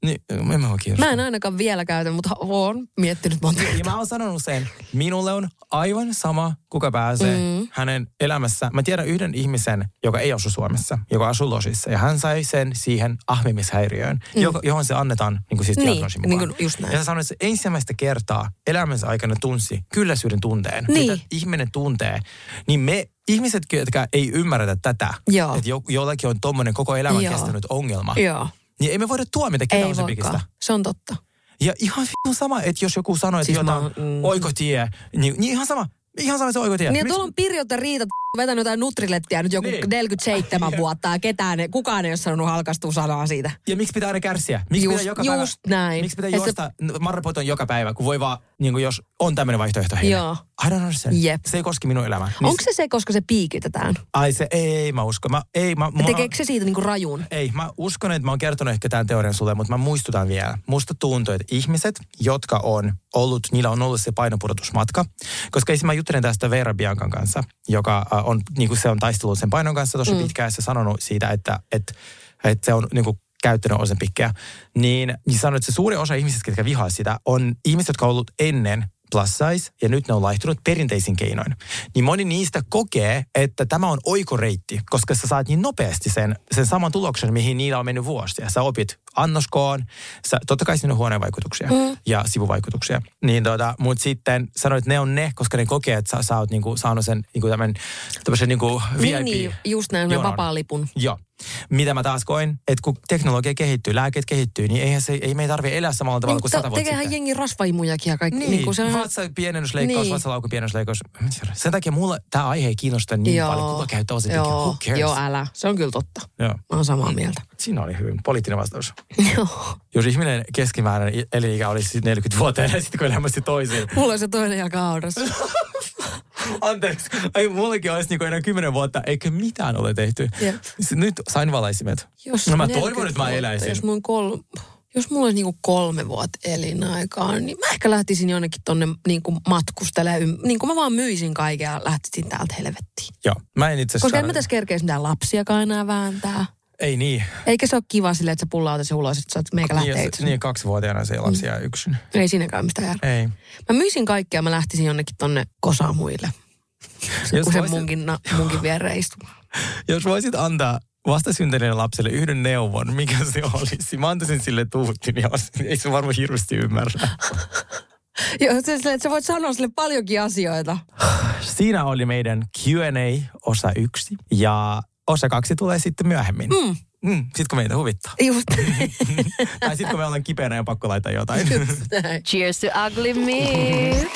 Speaker 3: Niin, en mä oikein
Speaker 2: Mä en ainakaan vielä käytä, mutta oon miettinyt monta
Speaker 3: Ja
Speaker 2: kertaa.
Speaker 3: mä oon sanonut sen, minulle on aivan sama, kuka pääsee mm. hänen elämässä. Mä tiedän yhden ihmisen, joka ei asu Suomessa, joka asuu losissa. Ja hän sai sen siihen ahmimishäiriöön, mm. johon se annetaan niin kuin siis
Speaker 2: Niin,
Speaker 3: diagnoosin mukaan.
Speaker 2: niin kuin just näin.
Speaker 3: Ja hän sanoi, että se ensimmäistä kertaa elämänsä aikana tunsi kylläisyyden tunteen.
Speaker 2: Niin.
Speaker 3: Mitä ihminen tuntee, niin me ihmiset, jotka ei ymmärretä tätä,
Speaker 2: Joo.
Speaker 3: että jo, jollakin on tommonen koko elämän
Speaker 2: Joo.
Speaker 3: kestänyt ongelma,
Speaker 2: Joo,
Speaker 3: niin ei me voida tuomita
Speaker 2: ei
Speaker 3: ketään osapikistä.
Speaker 2: voikaan. Se on totta.
Speaker 3: Ja ihan vittu sama, että jos joku sanoo, että siis
Speaker 2: Siis mä
Speaker 3: jotain
Speaker 2: oon-
Speaker 3: mm.
Speaker 2: mm.
Speaker 3: oikotie, niin, niin ihan sama. Ihan sama se oikotie.
Speaker 2: Niin ja
Speaker 3: Miks-
Speaker 2: tuolla on Pirjotta Riita vetänyt jotain nutrilettiä nyt joku
Speaker 3: Niin.
Speaker 2: niin. 47 vuotta ja ketään, ei- kukaan ei ole sanonut halkastua sanaa siitä.
Speaker 3: ja miksi pitää aina kärsiä? Miksi
Speaker 2: Just-
Speaker 3: pitää joka
Speaker 2: just
Speaker 3: päivä,
Speaker 2: näin.
Speaker 3: Miksi pitää
Speaker 2: Et se-
Speaker 3: juosta se... marrapoton joka päivä, kun voi vaan, niin kuin jos on tämmöinen vaihtoehto heille.
Speaker 2: Joo.
Speaker 3: I don't understand.
Speaker 2: Jep.
Speaker 3: Se ei koski minun elämää. Mis-
Speaker 2: Onko se se, koska se piikitetään?
Speaker 3: Ai se ei, mä uskon. Mä, ei, mä, mua-
Speaker 2: Tekeekö se siitä niinku rajun?
Speaker 3: Ei, mä uskon, että mä oon kertonut ehkä tämän teorian sulle, mutta mä muistutan vielä. Musta tuntuu, että ihmiset, jotka on ollut, niillä on ollut se painopudotusmatka. Koska esimerkiksi mä juttelin tästä Veera Biancan kanssa, joka äh, on, niin kuin se on taistellut sen painon kanssa tosi mm. pitkään ja se sanonut siitä, että, että, että se on niin kuin käyttänyt osenpikkejä. Niin, niin sanoin, että se suuri osa ihmisistä, jotka vihaa sitä, on ihmiset, jotka on ollut ennen plus size, ja nyt ne on laihtunut perinteisin keinoin. Niin moni niistä kokee, että tämä on oikoreitti, koska sä saat niin nopeasti sen, sen saman tuloksen, mihin niillä on mennyt vuosia. Sä opit annoskoon, sä, totta kai siinä on huonoja vaikutuksia mm. ja sivuvaikutuksia. Niin tota, mut sitten sanoit, että ne on ne, koska ne kokee, että sä, sä oot niinku saanut sen niinku tämän, tämmöisen niinku VIP.
Speaker 2: Niin, niin, just näin,
Speaker 3: jonon.
Speaker 2: vapaan lipun.
Speaker 3: Joo. Mitä mä taas koin, että kun teknologia kehittyy, lääkkeet kehittyy, niin eihän se, ei me ei tarvitse elää samalla tavalla kuin
Speaker 2: to-
Speaker 3: sata vuotta
Speaker 2: Niin, tekeehän
Speaker 3: sitten.
Speaker 2: jengi rasvaimujakin ja kaikki.
Speaker 3: Niin,
Speaker 2: niinku
Speaker 3: niin
Speaker 2: se on-
Speaker 3: vatsapienennysleikkaus, niin.
Speaker 2: Niin.
Speaker 3: vatsalaukun pienennysleikkaus. Sen takia mulla tämä aihe ei kiinnosta niin joo, paljon. Kuka käyttää osipikkiä? Who
Speaker 2: joo,
Speaker 3: cares?
Speaker 2: joo, älä. Se on kyllä totta.
Speaker 3: joo.
Speaker 2: Mä oon samaa mieltä.
Speaker 3: Siinä oli hyvin poliittinen vastaus.
Speaker 2: Joo.
Speaker 3: Jos ihminen keskimääräinen i- elinikä olisi 40 vuotta ja sitten kun elämästi toisin.
Speaker 2: Mulla on se toinen jalka haudassa.
Speaker 3: Anteeksi, ai mullakin olisi niinku enää 10 vuotta, eikä mitään ole tehty.
Speaker 2: Jep.
Speaker 3: S- Nyt sain valaisimet.
Speaker 2: Jos
Speaker 3: no mä
Speaker 2: 40
Speaker 3: toivon, että mä
Speaker 2: vuotta,
Speaker 3: eläisin.
Speaker 2: Jos mun kol... Jos mulla olisi niinku kolme vuotta elinaikaa, niin mä ehkä lähtisin jonnekin tonne niinku matkustelemaan. Niin kuin mä vaan myisin kaiken ja lähtisin täältä helvettiin.
Speaker 3: Joo. Mä en itse
Speaker 2: Koska en
Speaker 3: sano-
Speaker 2: mä tässä kerkeisi mitään lapsiakaan enää vääntää.
Speaker 3: Ei niin.
Speaker 2: Eikä se ole kiva sille, että sä pullautat se ulos, että sä oot meikä
Speaker 3: Niin,
Speaker 2: lähtee
Speaker 3: jos-
Speaker 2: itse.
Speaker 3: niin, kaksivuotiaana se lapsi jää yksin.
Speaker 2: Ei siinäkään mitään järkeä.
Speaker 3: Ei.
Speaker 2: Mä myisin kaikkea, mä lähtisin jonnekin tonne kosamuille. Se,
Speaker 3: Jos
Speaker 2: kun se
Speaker 3: voisit-
Speaker 2: munkin, na, munkin viereen istumaan.
Speaker 3: Jos voisit antaa vastasyntyneelle lapselle yhden neuvon, mikä se olisi? Mä antaisin sille tuutin ja olisin- ei se varmaan hirveästi ymmärrä.
Speaker 2: Joo, se, sille, että sä voit sanoa sille paljonkin asioita.
Speaker 3: Siinä oli meidän Q&A osa yksi ja osa kaksi tulee sitten myöhemmin. Mm. Mm, sitten kun meitä huvittaa.
Speaker 2: Just
Speaker 3: tai sitten kun me ollaan kipeänä ja pakko laittaa jotain.
Speaker 2: näin.
Speaker 5: Cheers to ugly me.